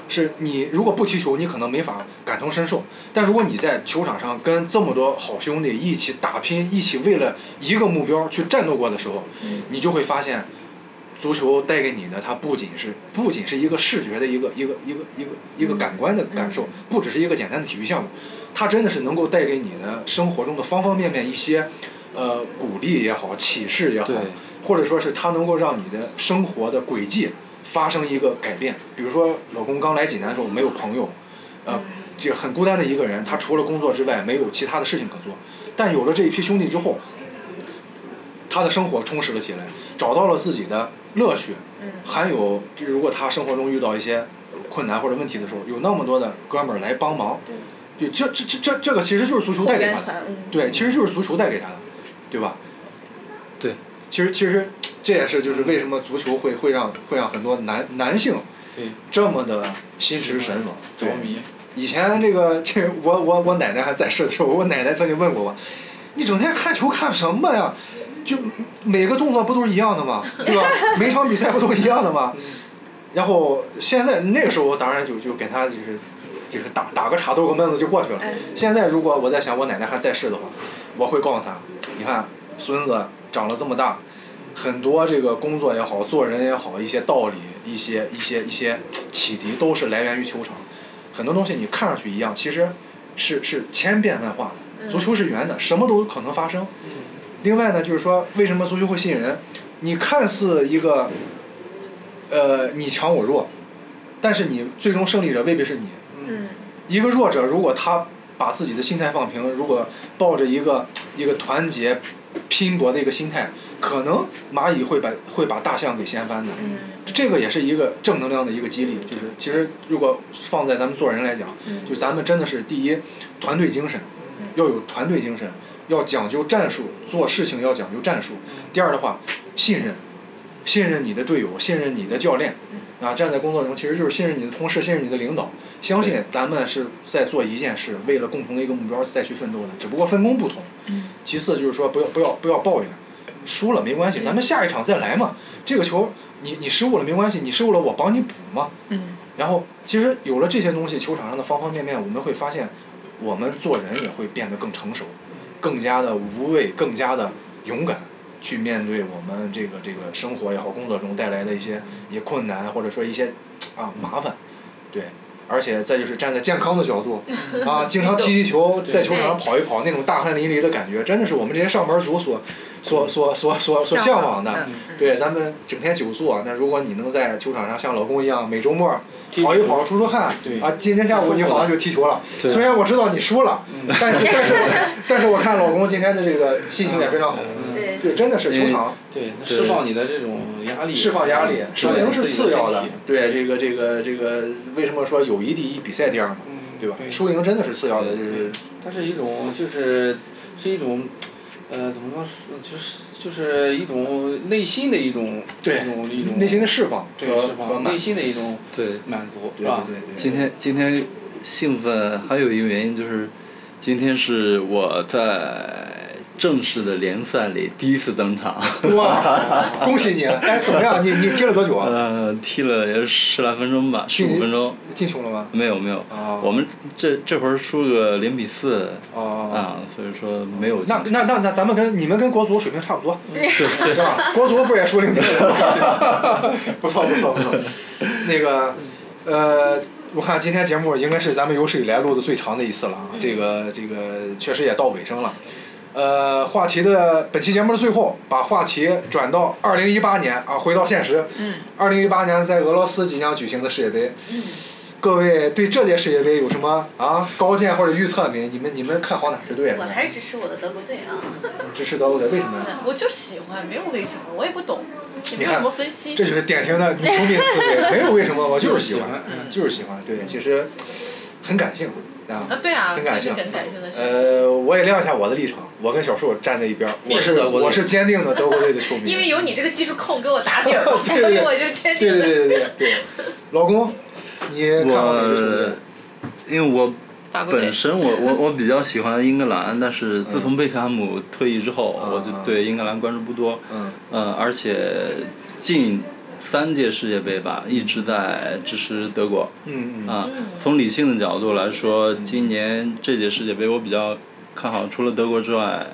[SPEAKER 2] 是你如果不踢球，你可能没法感同身受。但如果你在球场上跟这么多好兄弟一起打拼，一起为了一个目标去战斗过的时候，你就会发现，足球带给你的，它不仅是不仅是一个视觉的一个一个一个一个一个感官的感受，不只是一个简单的体育项目，它真的是能够带给你的生活中的方方面面一些，呃，鼓励也好，启示也好
[SPEAKER 3] 对，
[SPEAKER 2] 或者说是它能够让你的生活的轨迹发生一个改变。比如说，老公刚来济南的时候没有朋友，呃，这个很孤单的一个人，他除了工作之外没有其他的事情可做。但有了这一批兄弟之后，他的生活充实了起来，找到了自己的乐趣。
[SPEAKER 6] 嗯
[SPEAKER 2] 还有，就如果他生活中遇到一些呃困难或者问题的时候，有那么多的哥们儿来帮忙，对，这这这这这个其实就是足球带给
[SPEAKER 6] 圆
[SPEAKER 2] 他
[SPEAKER 6] 团
[SPEAKER 2] 的，，
[SPEAKER 6] 嗯，
[SPEAKER 2] 对，其实就是足球带给他的，对吧？
[SPEAKER 3] 对，
[SPEAKER 2] 其实其实这也是就是为什么足球会会让会让很多男男性
[SPEAKER 4] 对，
[SPEAKER 2] 这么的心驰神往，
[SPEAKER 4] 着
[SPEAKER 2] 对
[SPEAKER 4] 迷，
[SPEAKER 2] 以前这个 <laughs> 这个我我我奶奶还在世的时候，我奶奶曾经问过我，你整天看球看什么呀？就每个动作不都是一样的吗？对吧？每场比赛不都是一样的吗？然后现在那个时候，我当然就就给她就是就是打打个岔斗个闷子就过去了
[SPEAKER 6] 哎。
[SPEAKER 2] 现在如果我在想我奶奶还在世的话，我会告诉她，你看孙子长了这么大，很多这个工作也好，做人也好，一些道理、一些一些一些启迪，都是来源于球场。很多东西你看上去一样，其实是是千变万化的。足球是圆的，什么都有可能发生。另外呢，就是说为什么足球会吸引人？你看似一个，呃，你强我弱，但是你最终胜利者未必是你。
[SPEAKER 6] 嗯，
[SPEAKER 2] 一个弱者如果他把自己的心态放平，如果抱着一个一个团结、拼搏的一个心态，可能蚂蚁会把会把大象给掀翻的。
[SPEAKER 6] 嗯
[SPEAKER 2] 这个也是一个正能量的一个激励，就是其实如果放在咱们做人来讲，
[SPEAKER 6] 嗯
[SPEAKER 2] 就咱们真的是第一，团队精神，要有团队精神，要讲究战术，做事情要讲究战术。第二的话，信任，信任你的队友，信任你的教练，啊，站在工作中其实就是信任你的同事，信任你的领导，相信咱们是在做一件事，为了共同的一个目标再去奋斗的，只不过分工不同。其次就是说不要不要不要抱怨，输了没关系，咱们下一场再来嘛。这个球你你失误了没关系，你失误了我帮你补嘛。
[SPEAKER 6] 嗯，
[SPEAKER 2] 然后其实有了这些东西，球场上的方方面面，我们会发现，我们做人也会变得更成熟，更加的无畏，更加的勇敢，去面对我们这个这个生活也好，工作中带来的一些一些困难，或者说一些啊麻烦，对。而且再就是站在健康的角度，啊，经常踢踢球，在球场上跑一跑，那种大汗淋漓的感觉，真的是我们这些上班族所所所所所所向往的。
[SPEAKER 6] 嗯嗯
[SPEAKER 2] 对，咱们整天久坐，那如果你能在球场上像老公一样，每周末
[SPEAKER 4] 踢
[SPEAKER 2] 跑一
[SPEAKER 4] 球
[SPEAKER 2] 跑，出出汗，
[SPEAKER 4] 对
[SPEAKER 2] 啊，今天下午你好像就踢球了。
[SPEAKER 3] 对
[SPEAKER 2] 虽然我知道你输了，
[SPEAKER 4] 嗯
[SPEAKER 2] 但是但是
[SPEAKER 4] <laughs>
[SPEAKER 2] 我但是我看老公今天的这个心情也非常好。
[SPEAKER 4] 嗯
[SPEAKER 5] 对
[SPEAKER 2] 对，真的是球场
[SPEAKER 4] 对，那释放你的这种压力，
[SPEAKER 2] 释放压力，
[SPEAKER 4] 锻
[SPEAKER 2] 输
[SPEAKER 4] 炼
[SPEAKER 2] 赢
[SPEAKER 4] 自
[SPEAKER 2] 是
[SPEAKER 4] 己
[SPEAKER 2] 次要
[SPEAKER 4] 身
[SPEAKER 2] 的
[SPEAKER 4] 体。
[SPEAKER 2] 对，这个这个这个，为什么说友谊第一，比赛第二嘛？
[SPEAKER 4] 嗯，
[SPEAKER 2] 对吧？
[SPEAKER 4] 对
[SPEAKER 2] 输赢真的是次要的，就是
[SPEAKER 4] 它是一种就是是一种，呃，怎么说是，就是就是一种内心的一种
[SPEAKER 2] 对
[SPEAKER 4] 一种一种
[SPEAKER 2] 内心的释放
[SPEAKER 4] 对
[SPEAKER 2] 和
[SPEAKER 4] 释
[SPEAKER 2] 和
[SPEAKER 4] 放，
[SPEAKER 2] 满
[SPEAKER 4] 内心的一种
[SPEAKER 3] 对，
[SPEAKER 4] 满足，是
[SPEAKER 2] 对
[SPEAKER 4] 吧？
[SPEAKER 2] 对对对。
[SPEAKER 3] 今天今天兴奋，还有一个原因就是，今天是我在正式的联赛里第一次登场。
[SPEAKER 2] 哇，恭喜你！哎，怎么样？你你踢了多久啊？
[SPEAKER 3] <laughs> 呃，踢了也十来分钟吧，十五分钟，
[SPEAKER 2] 进球了吗？
[SPEAKER 3] 没有没有。
[SPEAKER 2] 啊
[SPEAKER 3] 我们这这会儿输个零比四
[SPEAKER 2] 哦，
[SPEAKER 3] 啊，所以说没有。
[SPEAKER 2] 那那那那咱们跟你们跟国足水平差不多，
[SPEAKER 3] 对对
[SPEAKER 2] 是吧？国足不是也输零比四吗？ <laughs> 不错不错不 <laughs> 错。那个，呃，我看今天节目应该是咱们有史以来录的最长的一次了啊，这个这个确实也到尾声了。呃，话题的本期节目的最后，把话题转到二零一八年啊，回到现实。
[SPEAKER 6] 嗯。
[SPEAKER 2] 二零一八年在俄罗斯即将举行的世界杯，各位对这届世界杯有什么啊高见或者预测没？你们你们看好哪支队啊？
[SPEAKER 5] 我还是支持我的德国队啊！
[SPEAKER 2] 支持德国队，为什么呀？
[SPEAKER 5] 我就喜欢，没有为什么，我也不懂，也没有
[SPEAKER 2] 你看
[SPEAKER 5] 什么分析
[SPEAKER 2] 这。就是典型的女球迷的思维，没有为什么，我就是喜欢，<laughs>
[SPEAKER 4] 嗯
[SPEAKER 2] 就是喜欢。对，其实很感性
[SPEAKER 5] 啊，
[SPEAKER 2] 啊。
[SPEAKER 5] 对啊，
[SPEAKER 2] 很感
[SPEAKER 5] 这
[SPEAKER 2] 性
[SPEAKER 5] 是很感性的选择。
[SPEAKER 2] 呃，我也亮一下我的立场，我跟小树站在一边儿，
[SPEAKER 4] 你
[SPEAKER 2] 我
[SPEAKER 4] 也
[SPEAKER 2] 是
[SPEAKER 4] 是德国队
[SPEAKER 2] 我是坚定的德国队的球迷。
[SPEAKER 5] 因为有你这个技术控给我打底儿，所
[SPEAKER 2] <laughs> 对对
[SPEAKER 5] 以
[SPEAKER 2] 对
[SPEAKER 5] <laughs> 我就
[SPEAKER 2] 对
[SPEAKER 5] 坚定
[SPEAKER 2] 对对
[SPEAKER 5] 的
[SPEAKER 2] 对对
[SPEAKER 5] <laughs>
[SPEAKER 2] 对，老公，你看好哪支球队
[SPEAKER 3] 我？因为我
[SPEAKER 5] 法国队
[SPEAKER 3] 本。身我我我比较喜欢英格兰，但是自从贝克汉姆退役之后，
[SPEAKER 2] 嗯啊
[SPEAKER 3] 我就对英格兰关注不多。
[SPEAKER 2] 嗯
[SPEAKER 3] 嗯，而且近三届世界杯吧，一直在支持德国。
[SPEAKER 2] 嗯嗯
[SPEAKER 3] 啊，从理性的角度来说，今年这届世界杯我比较看好，除了德国之外，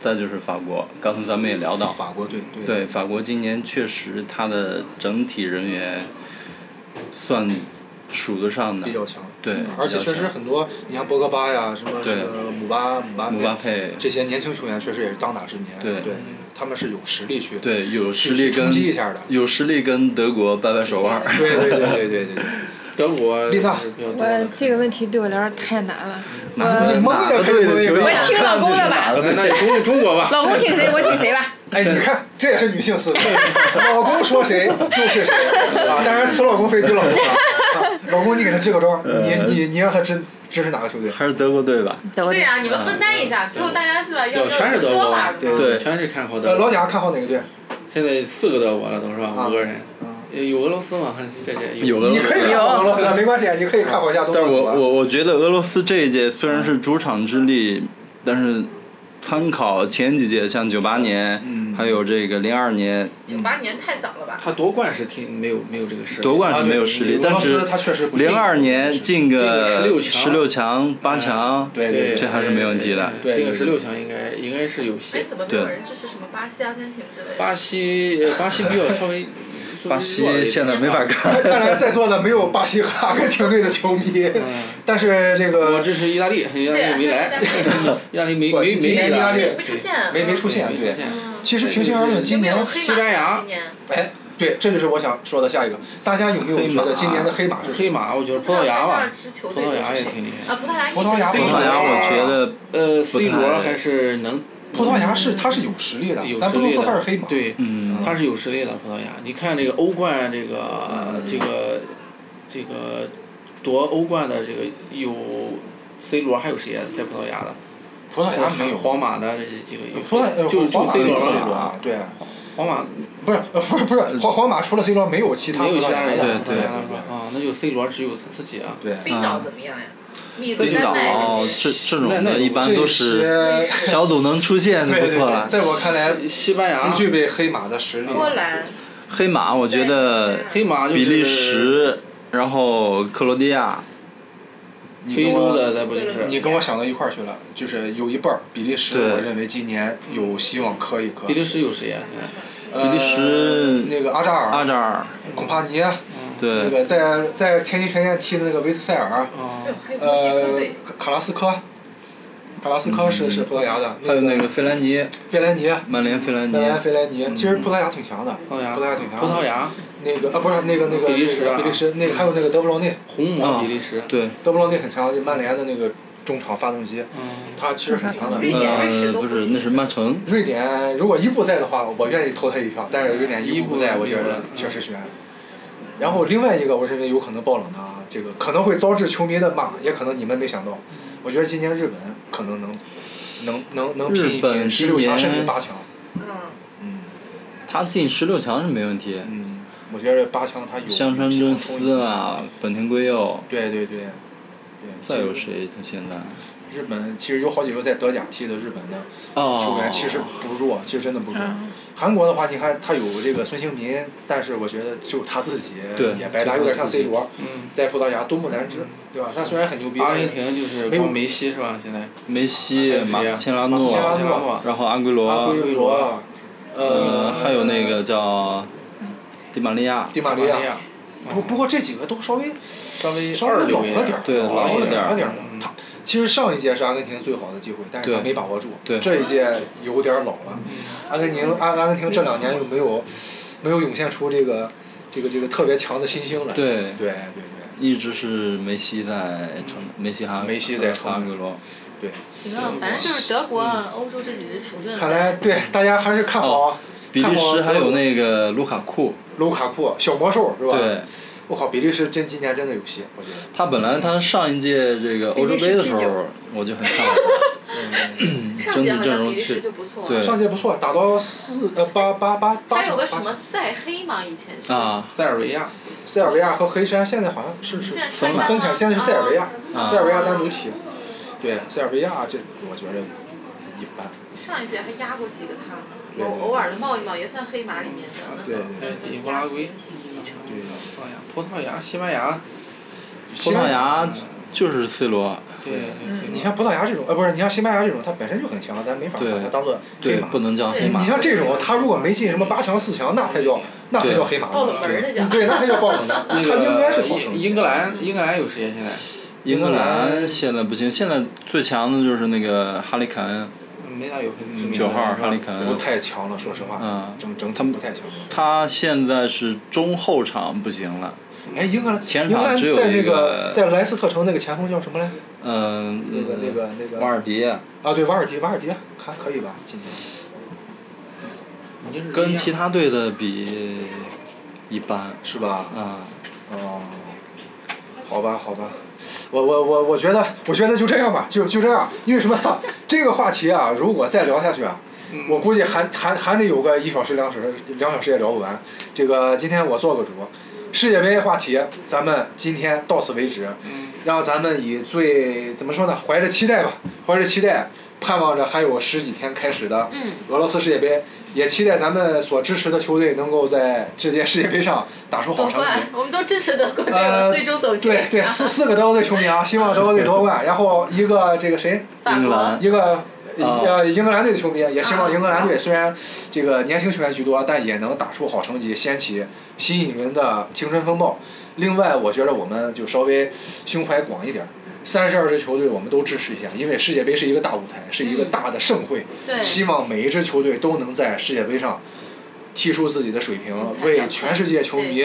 [SPEAKER 3] 再就是法国。刚才咱们也聊到，
[SPEAKER 2] 法国队对
[SPEAKER 3] 对法国今年确实它的整体人员算数得上的
[SPEAKER 2] 比，较强，
[SPEAKER 3] 对，
[SPEAKER 2] 而且
[SPEAKER 3] 比较
[SPEAKER 2] 确实
[SPEAKER 3] 强
[SPEAKER 2] 很多，你像博格巴呀，什么什
[SPEAKER 3] 对
[SPEAKER 2] 么姆巴姆巴
[SPEAKER 3] 姆巴佩
[SPEAKER 2] 这些年轻球员，确实也是当打之年，
[SPEAKER 3] 对
[SPEAKER 2] 对，他们是有实力去
[SPEAKER 3] 对有实力跟
[SPEAKER 2] 冲击一下的
[SPEAKER 3] 有实力跟德国掰掰手腕儿。
[SPEAKER 2] 对对对对对对对。
[SPEAKER 4] 德国
[SPEAKER 2] 丽娜
[SPEAKER 4] 是比较多的
[SPEAKER 6] 我这个问题对我来说太难了，
[SPEAKER 2] 你
[SPEAKER 6] 我
[SPEAKER 2] 蒙着队的球
[SPEAKER 6] 我
[SPEAKER 2] 员
[SPEAKER 6] 听老公的吧，
[SPEAKER 4] 那那就中中国吧，
[SPEAKER 6] 老公挺谁我挺谁吧。
[SPEAKER 2] 哎，你
[SPEAKER 3] <laughs>
[SPEAKER 2] 看，这也是女性思维，老公说谁就是谁啊。当然，此老公非彼老公
[SPEAKER 3] <laughs>
[SPEAKER 2] 啊。啊老公，你给他支个招儿，
[SPEAKER 3] 呃
[SPEAKER 2] 你你你让他支支持哪个球队？
[SPEAKER 3] <laughs> 还是德国队吧，
[SPEAKER 6] 等我
[SPEAKER 5] 对啊
[SPEAKER 6] 点
[SPEAKER 5] 呀、你们分担一下，最后大家是吧？要
[SPEAKER 4] 要全
[SPEAKER 5] 要有
[SPEAKER 4] 是德
[SPEAKER 5] 说
[SPEAKER 4] 国
[SPEAKER 5] 法的嘛，
[SPEAKER 2] 对
[SPEAKER 3] 对
[SPEAKER 4] 全是看好
[SPEAKER 2] 呃，
[SPEAKER 4] 德
[SPEAKER 2] 老
[SPEAKER 4] 国。
[SPEAKER 2] 贾看好哪个队？
[SPEAKER 4] 现在四个德国了，都是吧？
[SPEAKER 2] 啊
[SPEAKER 4] 五个人
[SPEAKER 2] 嗯，
[SPEAKER 4] 有俄罗斯吗？还是这这
[SPEAKER 3] 有俄
[SPEAKER 2] 你
[SPEAKER 3] 罗
[SPEAKER 2] 可以
[SPEAKER 3] 斯。
[SPEAKER 2] 看好俄罗斯，没关系，你可以看好一下东
[SPEAKER 3] 但
[SPEAKER 2] 道
[SPEAKER 3] 是
[SPEAKER 2] 主
[SPEAKER 3] 我
[SPEAKER 2] 啊。嗯
[SPEAKER 3] 我我觉得俄罗斯这一届虽然是主场之力，但是参考前几届，像九八年，
[SPEAKER 2] 嗯
[SPEAKER 3] 还有这个零二年
[SPEAKER 5] 九八年太早了吧？
[SPEAKER 4] 他夺冠是挺没有没有这个事儿。
[SPEAKER 3] 夺冠是没有实力，
[SPEAKER 2] 啊
[SPEAKER 3] 但
[SPEAKER 2] 对俄
[SPEAKER 3] 是
[SPEAKER 2] 罗斯他确实不行
[SPEAKER 3] 零二年进
[SPEAKER 4] 进
[SPEAKER 3] 个
[SPEAKER 4] 个
[SPEAKER 3] 十
[SPEAKER 4] 16
[SPEAKER 3] 六
[SPEAKER 4] 强
[SPEAKER 3] 强、八强，
[SPEAKER 2] 嗯对
[SPEAKER 4] 对，
[SPEAKER 3] 这还是没问题的
[SPEAKER 4] 哎
[SPEAKER 2] 对
[SPEAKER 4] 这个十六强应该应该是有
[SPEAKER 5] 哎
[SPEAKER 4] 戏，。
[SPEAKER 5] 怎么没有人支持什么巴西、阿根廷之类的？
[SPEAKER 4] 巴西呃巴西比较稍微稍微
[SPEAKER 3] 巴
[SPEAKER 4] 弱了
[SPEAKER 3] 西
[SPEAKER 4] 一点
[SPEAKER 3] 现在没法看。
[SPEAKER 2] 看来在座的没有巴西和阿根廷队的球迷，
[SPEAKER 4] 嗯
[SPEAKER 2] 但是这
[SPEAKER 4] 我
[SPEAKER 2] 个
[SPEAKER 4] 支持意大利，意大利没来， <laughs> 意大利没没没
[SPEAKER 2] 今年意大利
[SPEAKER 5] 没出现，嗯
[SPEAKER 2] 没没
[SPEAKER 5] 出
[SPEAKER 2] 出现，
[SPEAKER 4] 没
[SPEAKER 2] 对
[SPEAKER 4] 出。现。
[SPEAKER 2] 其实平心而论，今
[SPEAKER 5] 没
[SPEAKER 2] 年
[SPEAKER 5] 有黑
[SPEAKER 4] 西班
[SPEAKER 5] 马
[SPEAKER 4] 牙
[SPEAKER 5] 今年
[SPEAKER 2] 哎，对，这就是我想说的下一个。大家有没有觉得今年的黑马是谁？
[SPEAKER 4] 黑马，我觉得葡萄牙吧，
[SPEAKER 5] 葡
[SPEAKER 4] 葡萄牙也挺厉害。
[SPEAKER 5] 啊，葡萄牙一直
[SPEAKER 2] 葡萄牙
[SPEAKER 5] 是
[SPEAKER 3] 葡萄牙，我觉得
[SPEAKER 4] 呃，C
[SPEAKER 3] 不太
[SPEAKER 4] 罗还是能
[SPEAKER 2] 葡萄牙是他是有实力的，
[SPEAKER 4] 有
[SPEAKER 2] 咱
[SPEAKER 4] 实
[SPEAKER 2] 不能
[SPEAKER 4] 力
[SPEAKER 2] 说他是
[SPEAKER 4] 的
[SPEAKER 2] 黑马。，
[SPEAKER 4] 对，
[SPEAKER 3] 嗯
[SPEAKER 4] 他是有实力的葡萄牙。你看这个欧冠，这个、这个这个夺欧冠的这个有 C 罗，还有谁啊？在葡萄牙的？
[SPEAKER 2] 葡萄牙没有。
[SPEAKER 4] 皇马的这几个有
[SPEAKER 2] 葡萄呃
[SPEAKER 4] 就就
[SPEAKER 2] 皇马
[SPEAKER 4] C
[SPEAKER 2] 没有
[SPEAKER 4] 罗
[SPEAKER 2] C
[SPEAKER 4] 了
[SPEAKER 2] 罗
[SPEAKER 4] 吧
[SPEAKER 2] 啊，对，
[SPEAKER 4] 皇马
[SPEAKER 2] 不是呃不是不是皇皇马除了 C 罗没有其他
[SPEAKER 4] 没有
[SPEAKER 2] 葡
[SPEAKER 4] 其
[SPEAKER 2] 萄
[SPEAKER 4] 他
[SPEAKER 2] 牙
[SPEAKER 4] 人
[SPEAKER 2] 的
[SPEAKER 4] 了，
[SPEAKER 3] 对
[SPEAKER 4] 葡萄牙了是吧？啊，那就 C 罗只有他自己啊。
[SPEAKER 2] 对
[SPEAKER 5] 冰岛怎么样呀？秘鲁、
[SPEAKER 3] 冰
[SPEAKER 5] 丹
[SPEAKER 3] 岛
[SPEAKER 5] 麦
[SPEAKER 3] 哦
[SPEAKER 5] 这些，
[SPEAKER 3] 这这种
[SPEAKER 4] 那那
[SPEAKER 3] 的一般都是
[SPEAKER 2] 这些
[SPEAKER 3] 小组能出现就
[SPEAKER 2] 对
[SPEAKER 3] 不
[SPEAKER 2] 对
[SPEAKER 3] 错了
[SPEAKER 2] 对，。在我看来
[SPEAKER 4] 呃西班牙
[SPEAKER 2] 不、具备黑马的实力。
[SPEAKER 5] 波兰、
[SPEAKER 3] 黑马我觉得
[SPEAKER 4] 黑马就是
[SPEAKER 3] 比利时，然后克罗地亚，
[SPEAKER 2] 你跟
[SPEAKER 4] 非
[SPEAKER 2] 我
[SPEAKER 4] 洲的，那不就是？
[SPEAKER 2] 你跟我想到一块儿去了，就是有一半儿比利时，
[SPEAKER 3] 对
[SPEAKER 2] 我认为今年有希望磕一磕。
[SPEAKER 4] 比利时有谁啊呀、现在
[SPEAKER 2] 呃
[SPEAKER 3] 比利时
[SPEAKER 2] 那个阿扎尔、
[SPEAKER 3] 阿扎尔，
[SPEAKER 2] 孔帕尼，那
[SPEAKER 3] 对，
[SPEAKER 2] 个在在天津权健踢的那个维特塞尔，
[SPEAKER 4] 啊
[SPEAKER 5] 哎呦，还有墨西哥
[SPEAKER 2] 呃
[SPEAKER 5] 队，，
[SPEAKER 2] 卡卡拉斯科，卡拉斯科是是葡萄牙的，
[SPEAKER 3] 还有那
[SPEAKER 2] 个
[SPEAKER 3] 个费兰尼，
[SPEAKER 2] 费莱尼，
[SPEAKER 3] 曼联嗯费兰尼
[SPEAKER 2] 南，安费莱尼，其实葡萄牙挺强的，
[SPEAKER 4] 葡萄牙，
[SPEAKER 2] 葡萄牙挺强的，
[SPEAKER 4] 葡萄牙，
[SPEAKER 2] 那个啊不是那个那个
[SPEAKER 4] 比利时啊
[SPEAKER 2] 那个比利时那个还有那个德布劳内，
[SPEAKER 4] 红
[SPEAKER 2] 嗯
[SPEAKER 4] 魔比利时，
[SPEAKER 3] 对，
[SPEAKER 2] 德布劳内很强，就曼联的那个中场发动机，
[SPEAKER 4] 嗯，
[SPEAKER 2] 他其实很强的。
[SPEAKER 5] 瑞典瑞士
[SPEAKER 3] 呃，
[SPEAKER 5] 都
[SPEAKER 3] 不
[SPEAKER 5] 不
[SPEAKER 3] 是，
[SPEAKER 5] 行
[SPEAKER 3] 那是曼城，
[SPEAKER 2] 瑞典如果伊布在的话，我愿意投他一票，但是瑞
[SPEAKER 3] 嗯
[SPEAKER 2] 典伊布不在，我觉
[SPEAKER 4] 伊布没有
[SPEAKER 2] 得
[SPEAKER 4] 了
[SPEAKER 2] 确实悬。然后另外一个，我认为有可能爆冷的啊，这个可能会遭致球迷的骂，也可能你们没想到。
[SPEAKER 3] 嗯
[SPEAKER 2] 我觉得今年日本可能能能能能拼一
[SPEAKER 3] 日本
[SPEAKER 2] 拼十六
[SPEAKER 3] 今
[SPEAKER 2] 强
[SPEAKER 3] 年
[SPEAKER 2] 甚至八强。
[SPEAKER 5] 嗯，
[SPEAKER 2] 嗯
[SPEAKER 3] 他进十六强是没问题。
[SPEAKER 2] 嗯，我觉得八强他有
[SPEAKER 3] 香川真司啊，本田圭佑，
[SPEAKER 2] 对对对，对
[SPEAKER 3] 再有谁？他现在
[SPEAKER 2] 日本其实有好几个在德甲踢的日本的球
[SPEAKER 3] 哦
[SPEAKER 2] 员，，其实不弱，其实真的不弱。韩国的话，你看他有这个孙兴民，但是我觉得就他自己
[SPEAKER 3] 对
[SPEAKER 2] 也白搭，有点像 C 罗
[SPEAKER 4] 嗯，
[SPEAKER 2] 在葡萄牙多么难支，对吧？他虽然很牛逼，
[SPEAKER 4] 阿
[SPEAKER 2] 但是
[SPEAKER 4] 根廷就是
[SPEAKER 2] 没有
[SPEAKER 4] 光梅西是吧？现在，
[SPEAKER 3] 梅西、马斯切拉诺，
[SPEAKER 2] 啊马斯切拉诺
[SPEAKER 3] 然啊后阿圭罗，
[SPEAKER 2] 阿圭罗，啊
[SPEAKER 3] 呃，还有那个
[SPEAKER 2] 呃
[SPEAKER 3] 叫迪玛利亚，
[SPEAKER 2] 迪玛
[SPEAKER 4] 马
[SPEAKER 2] 利
[SPEAKER 4] 亚
[SPEAKER 2] 亚。，不不过这几个都稍微
[SPEAKER 4] 啊稍微
[SPEAKER 2] 啊稍微
[SPEAKER 4] 二流
[SPEAKER 2] 冷
[SPEAKER 4] 一
[SPEAKER 2] 了
[SPEAKER 4] 点
[SPEAKER 2] 点儿
[SPEAKER 4] 儿，，
[SPEAKER 3] 对
[SPEAKER 2] 冷
[SPEAKER 3] 冷
[SPEAKER 2] 了
[SPEAKER 3] 了点儿
[SPEAKER 2] 了点儿
[SPEAKER 4] 嗯。
[SPEAKER 2] 他其实上一届是阿根廷最好的机会，但是
[SPEAKER 3] 对
[SPEAKER 2] 他没把握住。
[SPEAKER 3] 对嗯
[SPEAKER 2] 这一届有点老了。阿根廷阿阿根廷这两年又没有没有涌现出这个这个这个特别强的新星来。
[SPEAKER 3] 对
[SPEAKER 2] 对对对
[SPEAKER 3] 一直是梅西在撑，梅西还
[SPEAKER 2] 梅西在撑
[SPEAKER 3] 阿圭罗，
[SPEAKER 2] 对。
[SPEAKER 5] 行啊，反正就是德国、啊欧洲这几支球队。
[SPEAKER 2] 看来对大家还是看好
[SPEAKER 3] 哦
[SPEAKER 2] 啊
[SPEAKER 3] 比利时还有
[SPEAKER 2] 看好
[SPEAKER 3] 那个卢卡库，
[SPEAKER 2] 卢卡库小魔兽是吧？
[SPEAKER 3] 对，
[SPEAKER 2] 我靠，比利时真今年真的有戏，我觉得。
[SPEAKER 3] 他本来他上一届这个欧洲杯的时
[SPEAKER 6] 比利时
[SPEAKER 3] 候
[SPEAKER 6] 啤酒，
[SPEAKER 3] 我就很看好
[SPEAKER 2] <laughs>
[SPEAKER 3] 他，
[SPEAKER 5] 上届好像比利时就不错，
[SPEAKER 3] 对
[SPEAKER 2] 上届不错，打到四呃八八八八
[SPEAKER 5] 还
[SPEAKER 2] 场。
[SPEAKER 5] 有个什么塞黑嘛，以前是。
[SPEAKER 3] 啊，
[SPEAKER 4] 塞尔维亚，
[SPEAKER 2] 塞尔维亚和黑山现在好像是是
[SPEAKER 5] 现在
[SPEAKER 2] 分
[SPEAKER 5] 分开了
[SPEAKER 2] 开，现在是塞尔维亚，
[SPEAKER 3] 啊
[SPEAKER 2] 塞尔维亚单独踢。对，塞尔维亚这我觉得一般。
[SPEAKER 5] 上一届还压过几个他呢，
[SPEAKER 2] 对
[SPEAKER 5] 偶偶尔的冒一冒也算黑马里面的。嗯
[SPEAKER 2] 对
[SPEAKER 5] 能
[SPEAKER 2] 对
[SPEAKER 5] 能
[SPEAKER 4] 乌拉圭
[SPEAKER 5] 压几几成？
[SPEAKER 2] 对，
[SPEAKER 4] 葡萄牙，葡萄牙，西班牙，
[SPEAKER 3] 葡萄牙就是 C 罗，
[SPEAKER 4] 对，
[SPEAKER 2] 你像葡萄牙这种，呃，不是，你像西班牙这种，它本身就很强，咱没法把
[SPEAKER 3] 对
[SPEAKER 2] 它当做黑
[SPEAKER 3] 对，
[SPEAKER 2] 马。
[SPEAKER 3] 不能叫黑
[SPEAKER 5] 对
[SPEAKER 3] 马
[SPEAKER 2] 你。像这种，他如果没进什么八强、四强，那才叫那才叫黑马呢。
[SPEAKER 5] 爆冷门儿那叫
[SPEAKER 2] 对，那才叫爆冷的。他
[SPEAKER 4] 那
[SPEAKER 2] 应该是
[SPEAKER 4] 个
[SPEAKER 2] 好成
[SPEAKER 4] 英
[SPEAKER 2] 绩
[SPEAKER 4] 英格兰，英格兰有谁呀？现在？
[SPEAKER 3] 英格
[SPEAKER 2] 英格
[SPEAKER 3] 兰
[SPEAKER 2] 兰
[SPEAKER 3] 现在不行，现在最强的就是那个哈里凯恩，
[SPEAKER 4] 没啥有很知名的
[SPEAKER 3] 九号哈里凯
[SPEAKER 2] 不
[SPEAKER 3] 恩，
[SPEAKER 2] 太强了，说实话，
[SPEAKER 3] 嗯
[SPEAKER 2] 整整体不太强了。
[SPEAKER 3] 他现在是中后场不行了，
[SPEAKER 2] 哎，英格兰，
[SPEAKER 3] 嗯前
[SPEAKER 2] 英
[SPEAKER 3] 场
[SPEAKER 2] 格兰
[SPEAKER 3] 只有
[SPEAKER 2] 在
[SPEAKER 3] 一
[SPEAKER 2] 那
[SPEAKER 3] 个
[SPEAKER 2] 在莱斯特城那个前锋叫什么来？
[SPEAKER 3] 嗯，
[SPEAKER 2] 那个那个那个
[SPEAKER 3] 瓦尔迪
[SPEAKER 2] 啊，对，瓦尔迪，瓦尔迪还可以吧？今年
[SPEAKER 4] 尼日利亚
[SPEAKER 3] 跟其他队的比一般
[SPEAKER 2] 是吧？
[SPEAKER 3] 啊，
[SPEAKER 2] 哦，好吧，好吧，我我我我觉得，我觉得就这样吧，就就这样，因为什么呢？这个话题啊，如果再聊下去啊，我估计还还还得有个一小时、两小时、两小时也聊不完。这个今天我做个主，世界杯话题咱们今天到此为止，让咱们以最怎么说呢？怀着期待吧，怀着期待，盼望着还有十几天开始的
[SPEAKER 5] 嗯
[SPEAKER 2] 俄罗斯世界杯。也期待咱们所支持的球队能够在这届世界杯上打出好
[SPEAKER 5] 夺
[SPEAKER 2] 成绩
[SPEAKER 5] 冠。，我们都支持德 <laughs> 国队
[SPEAKER 2] 呃，
[SPEAKER 5] 了，最终总
[SPEAKER 2] 对
[SPEAKER 5] 决
[SPEAKER 2] 对，四四个德国队球迷啊，希望德国队夺冠。然后一个这个谁，
[SPEAKER 5] 法
[SPEAKER 3] 英格
[SPEAKER 5] 国
[SPEAKER 3] 兰。
[SPEAKER 2] 一个
[SPEAKER 3] 啊
[SPEAKER 2] 呃英格兰队的球迷也希望英格兰队虽然这个年轻球员居多，但也能打出好成绩，掀起新一轮的青春风暴。另外，我觉得我们就稍微胸怀广一点儿。三十二支球队我们都支持一下，因为世界杯是一个大舞台，是一个大的盛会。
[SPEAKER 5] 嗯对
[SPEAKER 2] <laughs> 希望每一支球队都能在世界杯上踢出自己的水平
[SPEAKER 5] 精，彩表
[SPEAKER 2] 为
[SPEAKER 5] 现
[SPEAKER 2] 全世界球迷，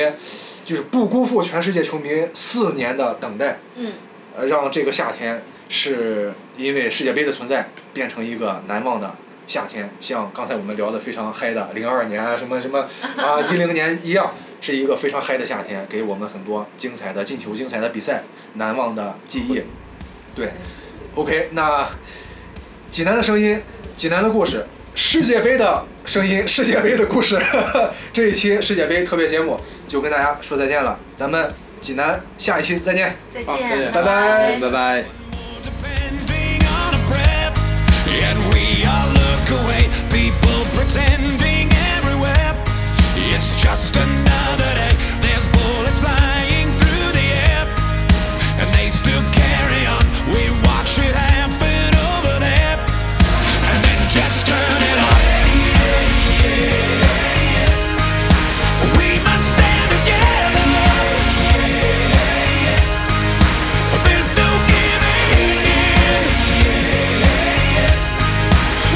[SPEAKER 2] 就是不辜负全世界球迷四年的等待，
[SPEAKER 5] 嗯，
[SPEAKER 2] 呃让这个夏天是因为世界杯的存在变成一个难忘的。夏天，像刚才我们聊的非常嗨的零二年啊，什么什么啊一零年一样，是一个非常嗨的夏天，给我们很多精彩的进球、精彩的比赛、难忘的记忆。对，OK，那济南的声音，济南的故事，世界杯的声音，世 <laughs> 界杯的故事。这一期世界杯特别节目就跟大家说再见了，咱们济南，下一期再见。
[SPEAKER 5] 再
[SPEAKER 4] 好再见
[SPEAKER 5] 见，
[SPEAKER 2] 拜拜
[SPEAKER 3] 拜拜。
[SPEAKER 8] Depending on a prep, yet we all look away. People pretending everywhere. It's just another day. There's bullets flying through the air, and they still carry on. We watch it happen over there, and then just turn it off. We must stand together. There's no giving in.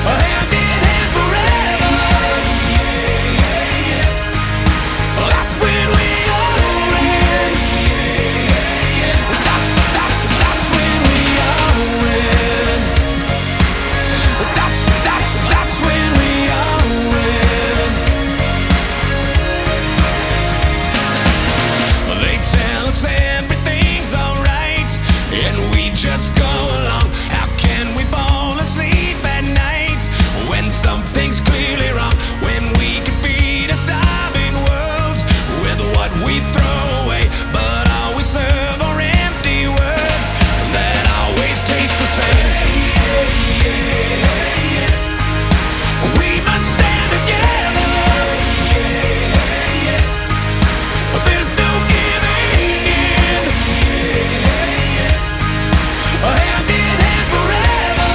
[SPEAKER 8] Hand in hand forever. That's when we all win. That's that's that's when we all win. That's that's that's when we all win. They tell us everything's alright, and we just go along. How can we fall asleep at night when something's clearly wrong? When we could feed a starving world with what we throw away, but all we serve are empty words that always taste the same. We must stand together. There's no giving in. Hand in hand forever.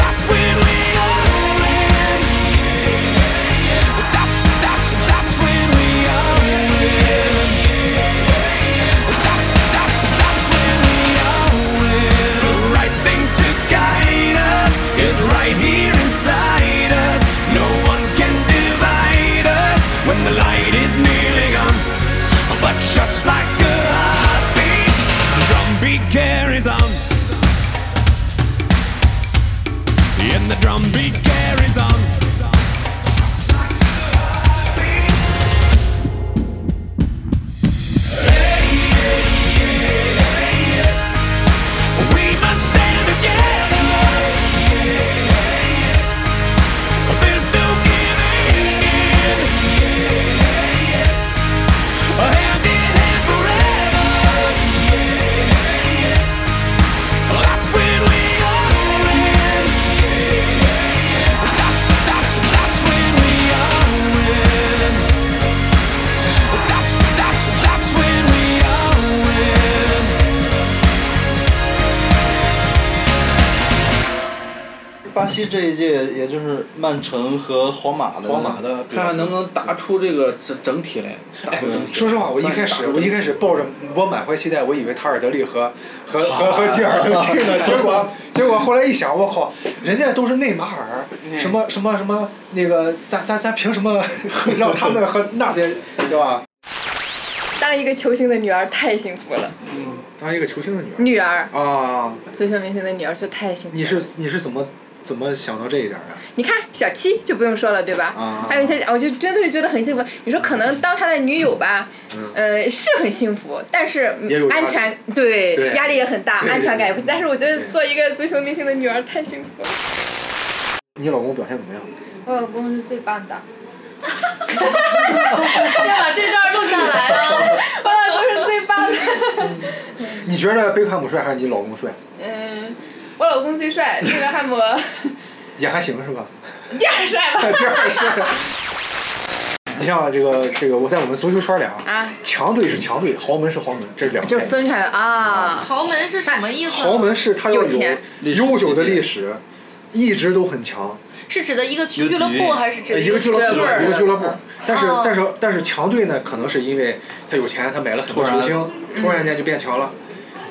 [SPEAKER 8] That's when we all win. That's that's that's when we all win. That's that's that's when we all win. The right thing to guide us is right here inside us. No one can divide us when the light is nearly gone. But just like a heartbeat, the drumbeat carries on. And the drumbeat carries on. We must stand together. There's no giving in. Hand in hand forever. That's when we all win. That's that's that's when we all win. That's that's that's when we all win.
[SPEAKER 3] 巴西这一届，也就是曼城和皇马的，
[SPEAKER 2] 皇马的比较
[SPEAKER 4] 看看能不能打出这个整整体来，打出整体来。
[SPEAKER 2] 说实话，我一开始我一开始抱着我满怀期待，我以为塔尔德利和和和和吉尔能踢呢，结果结果后来一想，我靠，人家都是内马尔，什么什么什么那个，咱咱咱凭什么 <laughs> 让他们和那些对吧？
[SPEAKER 6] 当一个球星的女儿太幸福了，
[SPEAKER 2] 嗯，当一个球星的女
[SPEAKER 6] 女儿，
[SPEAKER 2] 儿啊，
[SPEAKER 6] 足球明星的女儿就太幸福了。
[SPEAKER 2] 你是你是怎么怎么想到这一点的？
[SPEAKER 6] 你看小七就不用说了，对吧？
[SPEAKER 2] 啊
[SPEAKER 6] 还有一些，我就真的是觉得很幸福。你说可能当他的女友吧，呃，是很幸福，但是
[SPEAKER 2] 嗯也有压力
[SPEAKER 6] 安全对
[SPEAKER 2] 对
[SPEAKER 6] 压力也很大，
[SPEAKER 2] 对对
[SPEAKER 6] 安全感也不
[SPEAKER 2] 对
[SPEAKER 6] 但是我觉得
[SPEAKER 2] 对
[SPEAKER 6] 做一个足球明星的女儿太幸福了。
[SPEAKER 2] 你老公表现怎么样？
[SPEAKER 6] 我老公是最棒 <laughs> 的，
[SPEAKER 5] 要把这段录下来啊！
[SPEAKER 6] 我老公是最棒的。
[SPEAKER 2] 你觉得贝克汉姆帅还是你老公帅？
[SPEAKER 6] <laughs> 嗯，我老公最帅，那个
[SPEAKER 2] <laughs>
[SPEAKER 6] 汉姆
[SPEAKER 2] 也还行是吧？
[SPEAKER 6] 第二帅吧。
[SPEAKER 2] 第二帅。 <laughs> 你像这个这个，我在我们足球圈里啊，
[SPEAKER 6] 啊
[SPEAKER 2] 强队是强队，豪门是豪门，这是两
[SPEAKER 6] <laughs> 就是
[SPEAKER 2] 派。
[SPEAKER 6] 分开了啊。
[SPEAKER 5] 豪门是什么意思啊？
[SPEAKER 2] 豪门是它要
[SPEAKER 6] 有钱
[SPEAKER 2] 有悠久的历史，一直都很强，
[SPEAKER 5] 是指的一个
[SPEAKER 3] 有
[SPEAKER 5] 俱
[SPEAKER 3] 底
[SPEAKER 5] 俱乐部，还是指
[SPEAKER 2] 呃
[SPEAKER 5] 的
[SPEAKER 2] 一个俱乐部，
[SPEAKER 6] 俱乐部
[SPEAKER 2] 一个俱乐部
[SPEAKER 6] 嗯。
[SPEAKER 2] 但是
[SPEAKER 5] 哦
[SPEAKER 2] 但是但是强队呢，可能是因为他有钱，他买了很多
[SPEAKER 3] 突然
[SPEAKER 2] 球星，
[SPEAKER 6] 嗯
[SPEAKER 2] 突然间就变强了。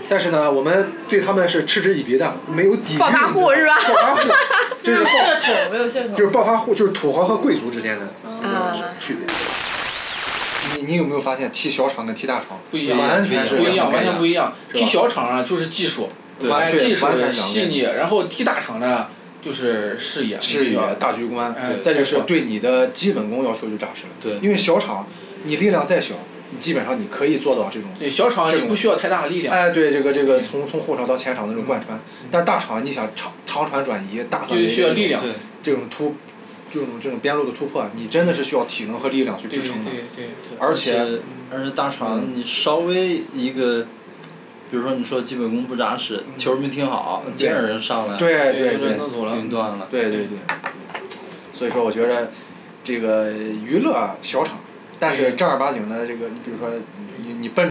[SPEAKER 2] 但是呢，我们对他们是嗤之以鼻的，没有底蕴。
[SPEAKER 6] 暴发户是吧
[SPEAKER 2] 暴发
[SPEAKER 6] <laughs>
[SPEAKER 2] 户，这是暴，
[SPEAKER 5] 统没有血统
[SPEAKER 2] 就是暴发户，就是土豪和贵族之间的
[SPEAKER 6] 啊，
[SPEAKER 2] 区别。你你有没有发现踢小场跟踢大场
[SPEAKER 4] 不一样，
[SPEAKER 2] 完全是
[SPEAKER 4] 不一样，
[SPEAKER 2] 两
[SPEAKER 4] 完
[SPEAKER 2] 个
[SPEAKER 4] 全不一样。
[SPEAKER 2] 是吧
[SPEAKER 4] 踢小场啊，就是技术，
[SPEAKER 2] 对
[SPEAKER 4] 哎，
[SPEAKER 2] 对
[SPEAKER 4] 技术
[SPEAKER 2] 完全两
[SPEAKER 4] 细
[SPEAKER 2] 面
[SPEAKER 4] 腻，然后踢大场呢，就是视野，
[SPEAKER 2] 视野、大局观，
[SPEAKER 4] 哎
[SPEAKER 2] 再就是
[SPEAKER 4] 没错
[SPEAKER 2] 对你的基本功要求就扎实了。
[SPEAKER 3] 对
[SPEAKER 2] 因为小场，你力量再小，你基本上你可以做到这种，
[SPEAKER 4] 对小场你不需要太大的力量，
[SPEAKER 2] 哎，对这个这个从从后场到前场那种贯穿。但大场你想长长传转移，大
[SPEAKER 4] 就
[SPEAKER 2] 范围
[SPEAKER 4] 是需要
[SPEAKER 2] 这种
[SPEAKER 4] 力量。
[SPEAKER 3] 对
[SPEAKER 2] 这种突这种这种边路的突破，你真的是需要体能和力量去支
[SPEAKER 4] 对
[SPEAKER 2] 撑的。
[SPEAKER 4] 对对，
[SPEAKER 2] 而且
[SPEAKER 3] 而且大嗯场你稍微一个，比如说你说基本功不扎实，球没听好，接着人上来，
[SPEAKER 2] 对对
[SPEAKER 4] 有
[SPEAKER 2] 对
[SPEAKER 4] 人弄走了，
[SPEAKER 3] 给你断了。
[SPEAKER 2] 对对对，所以说我觉得这个娱乐小场，但是正儿八经的这个，你比如说你你奔。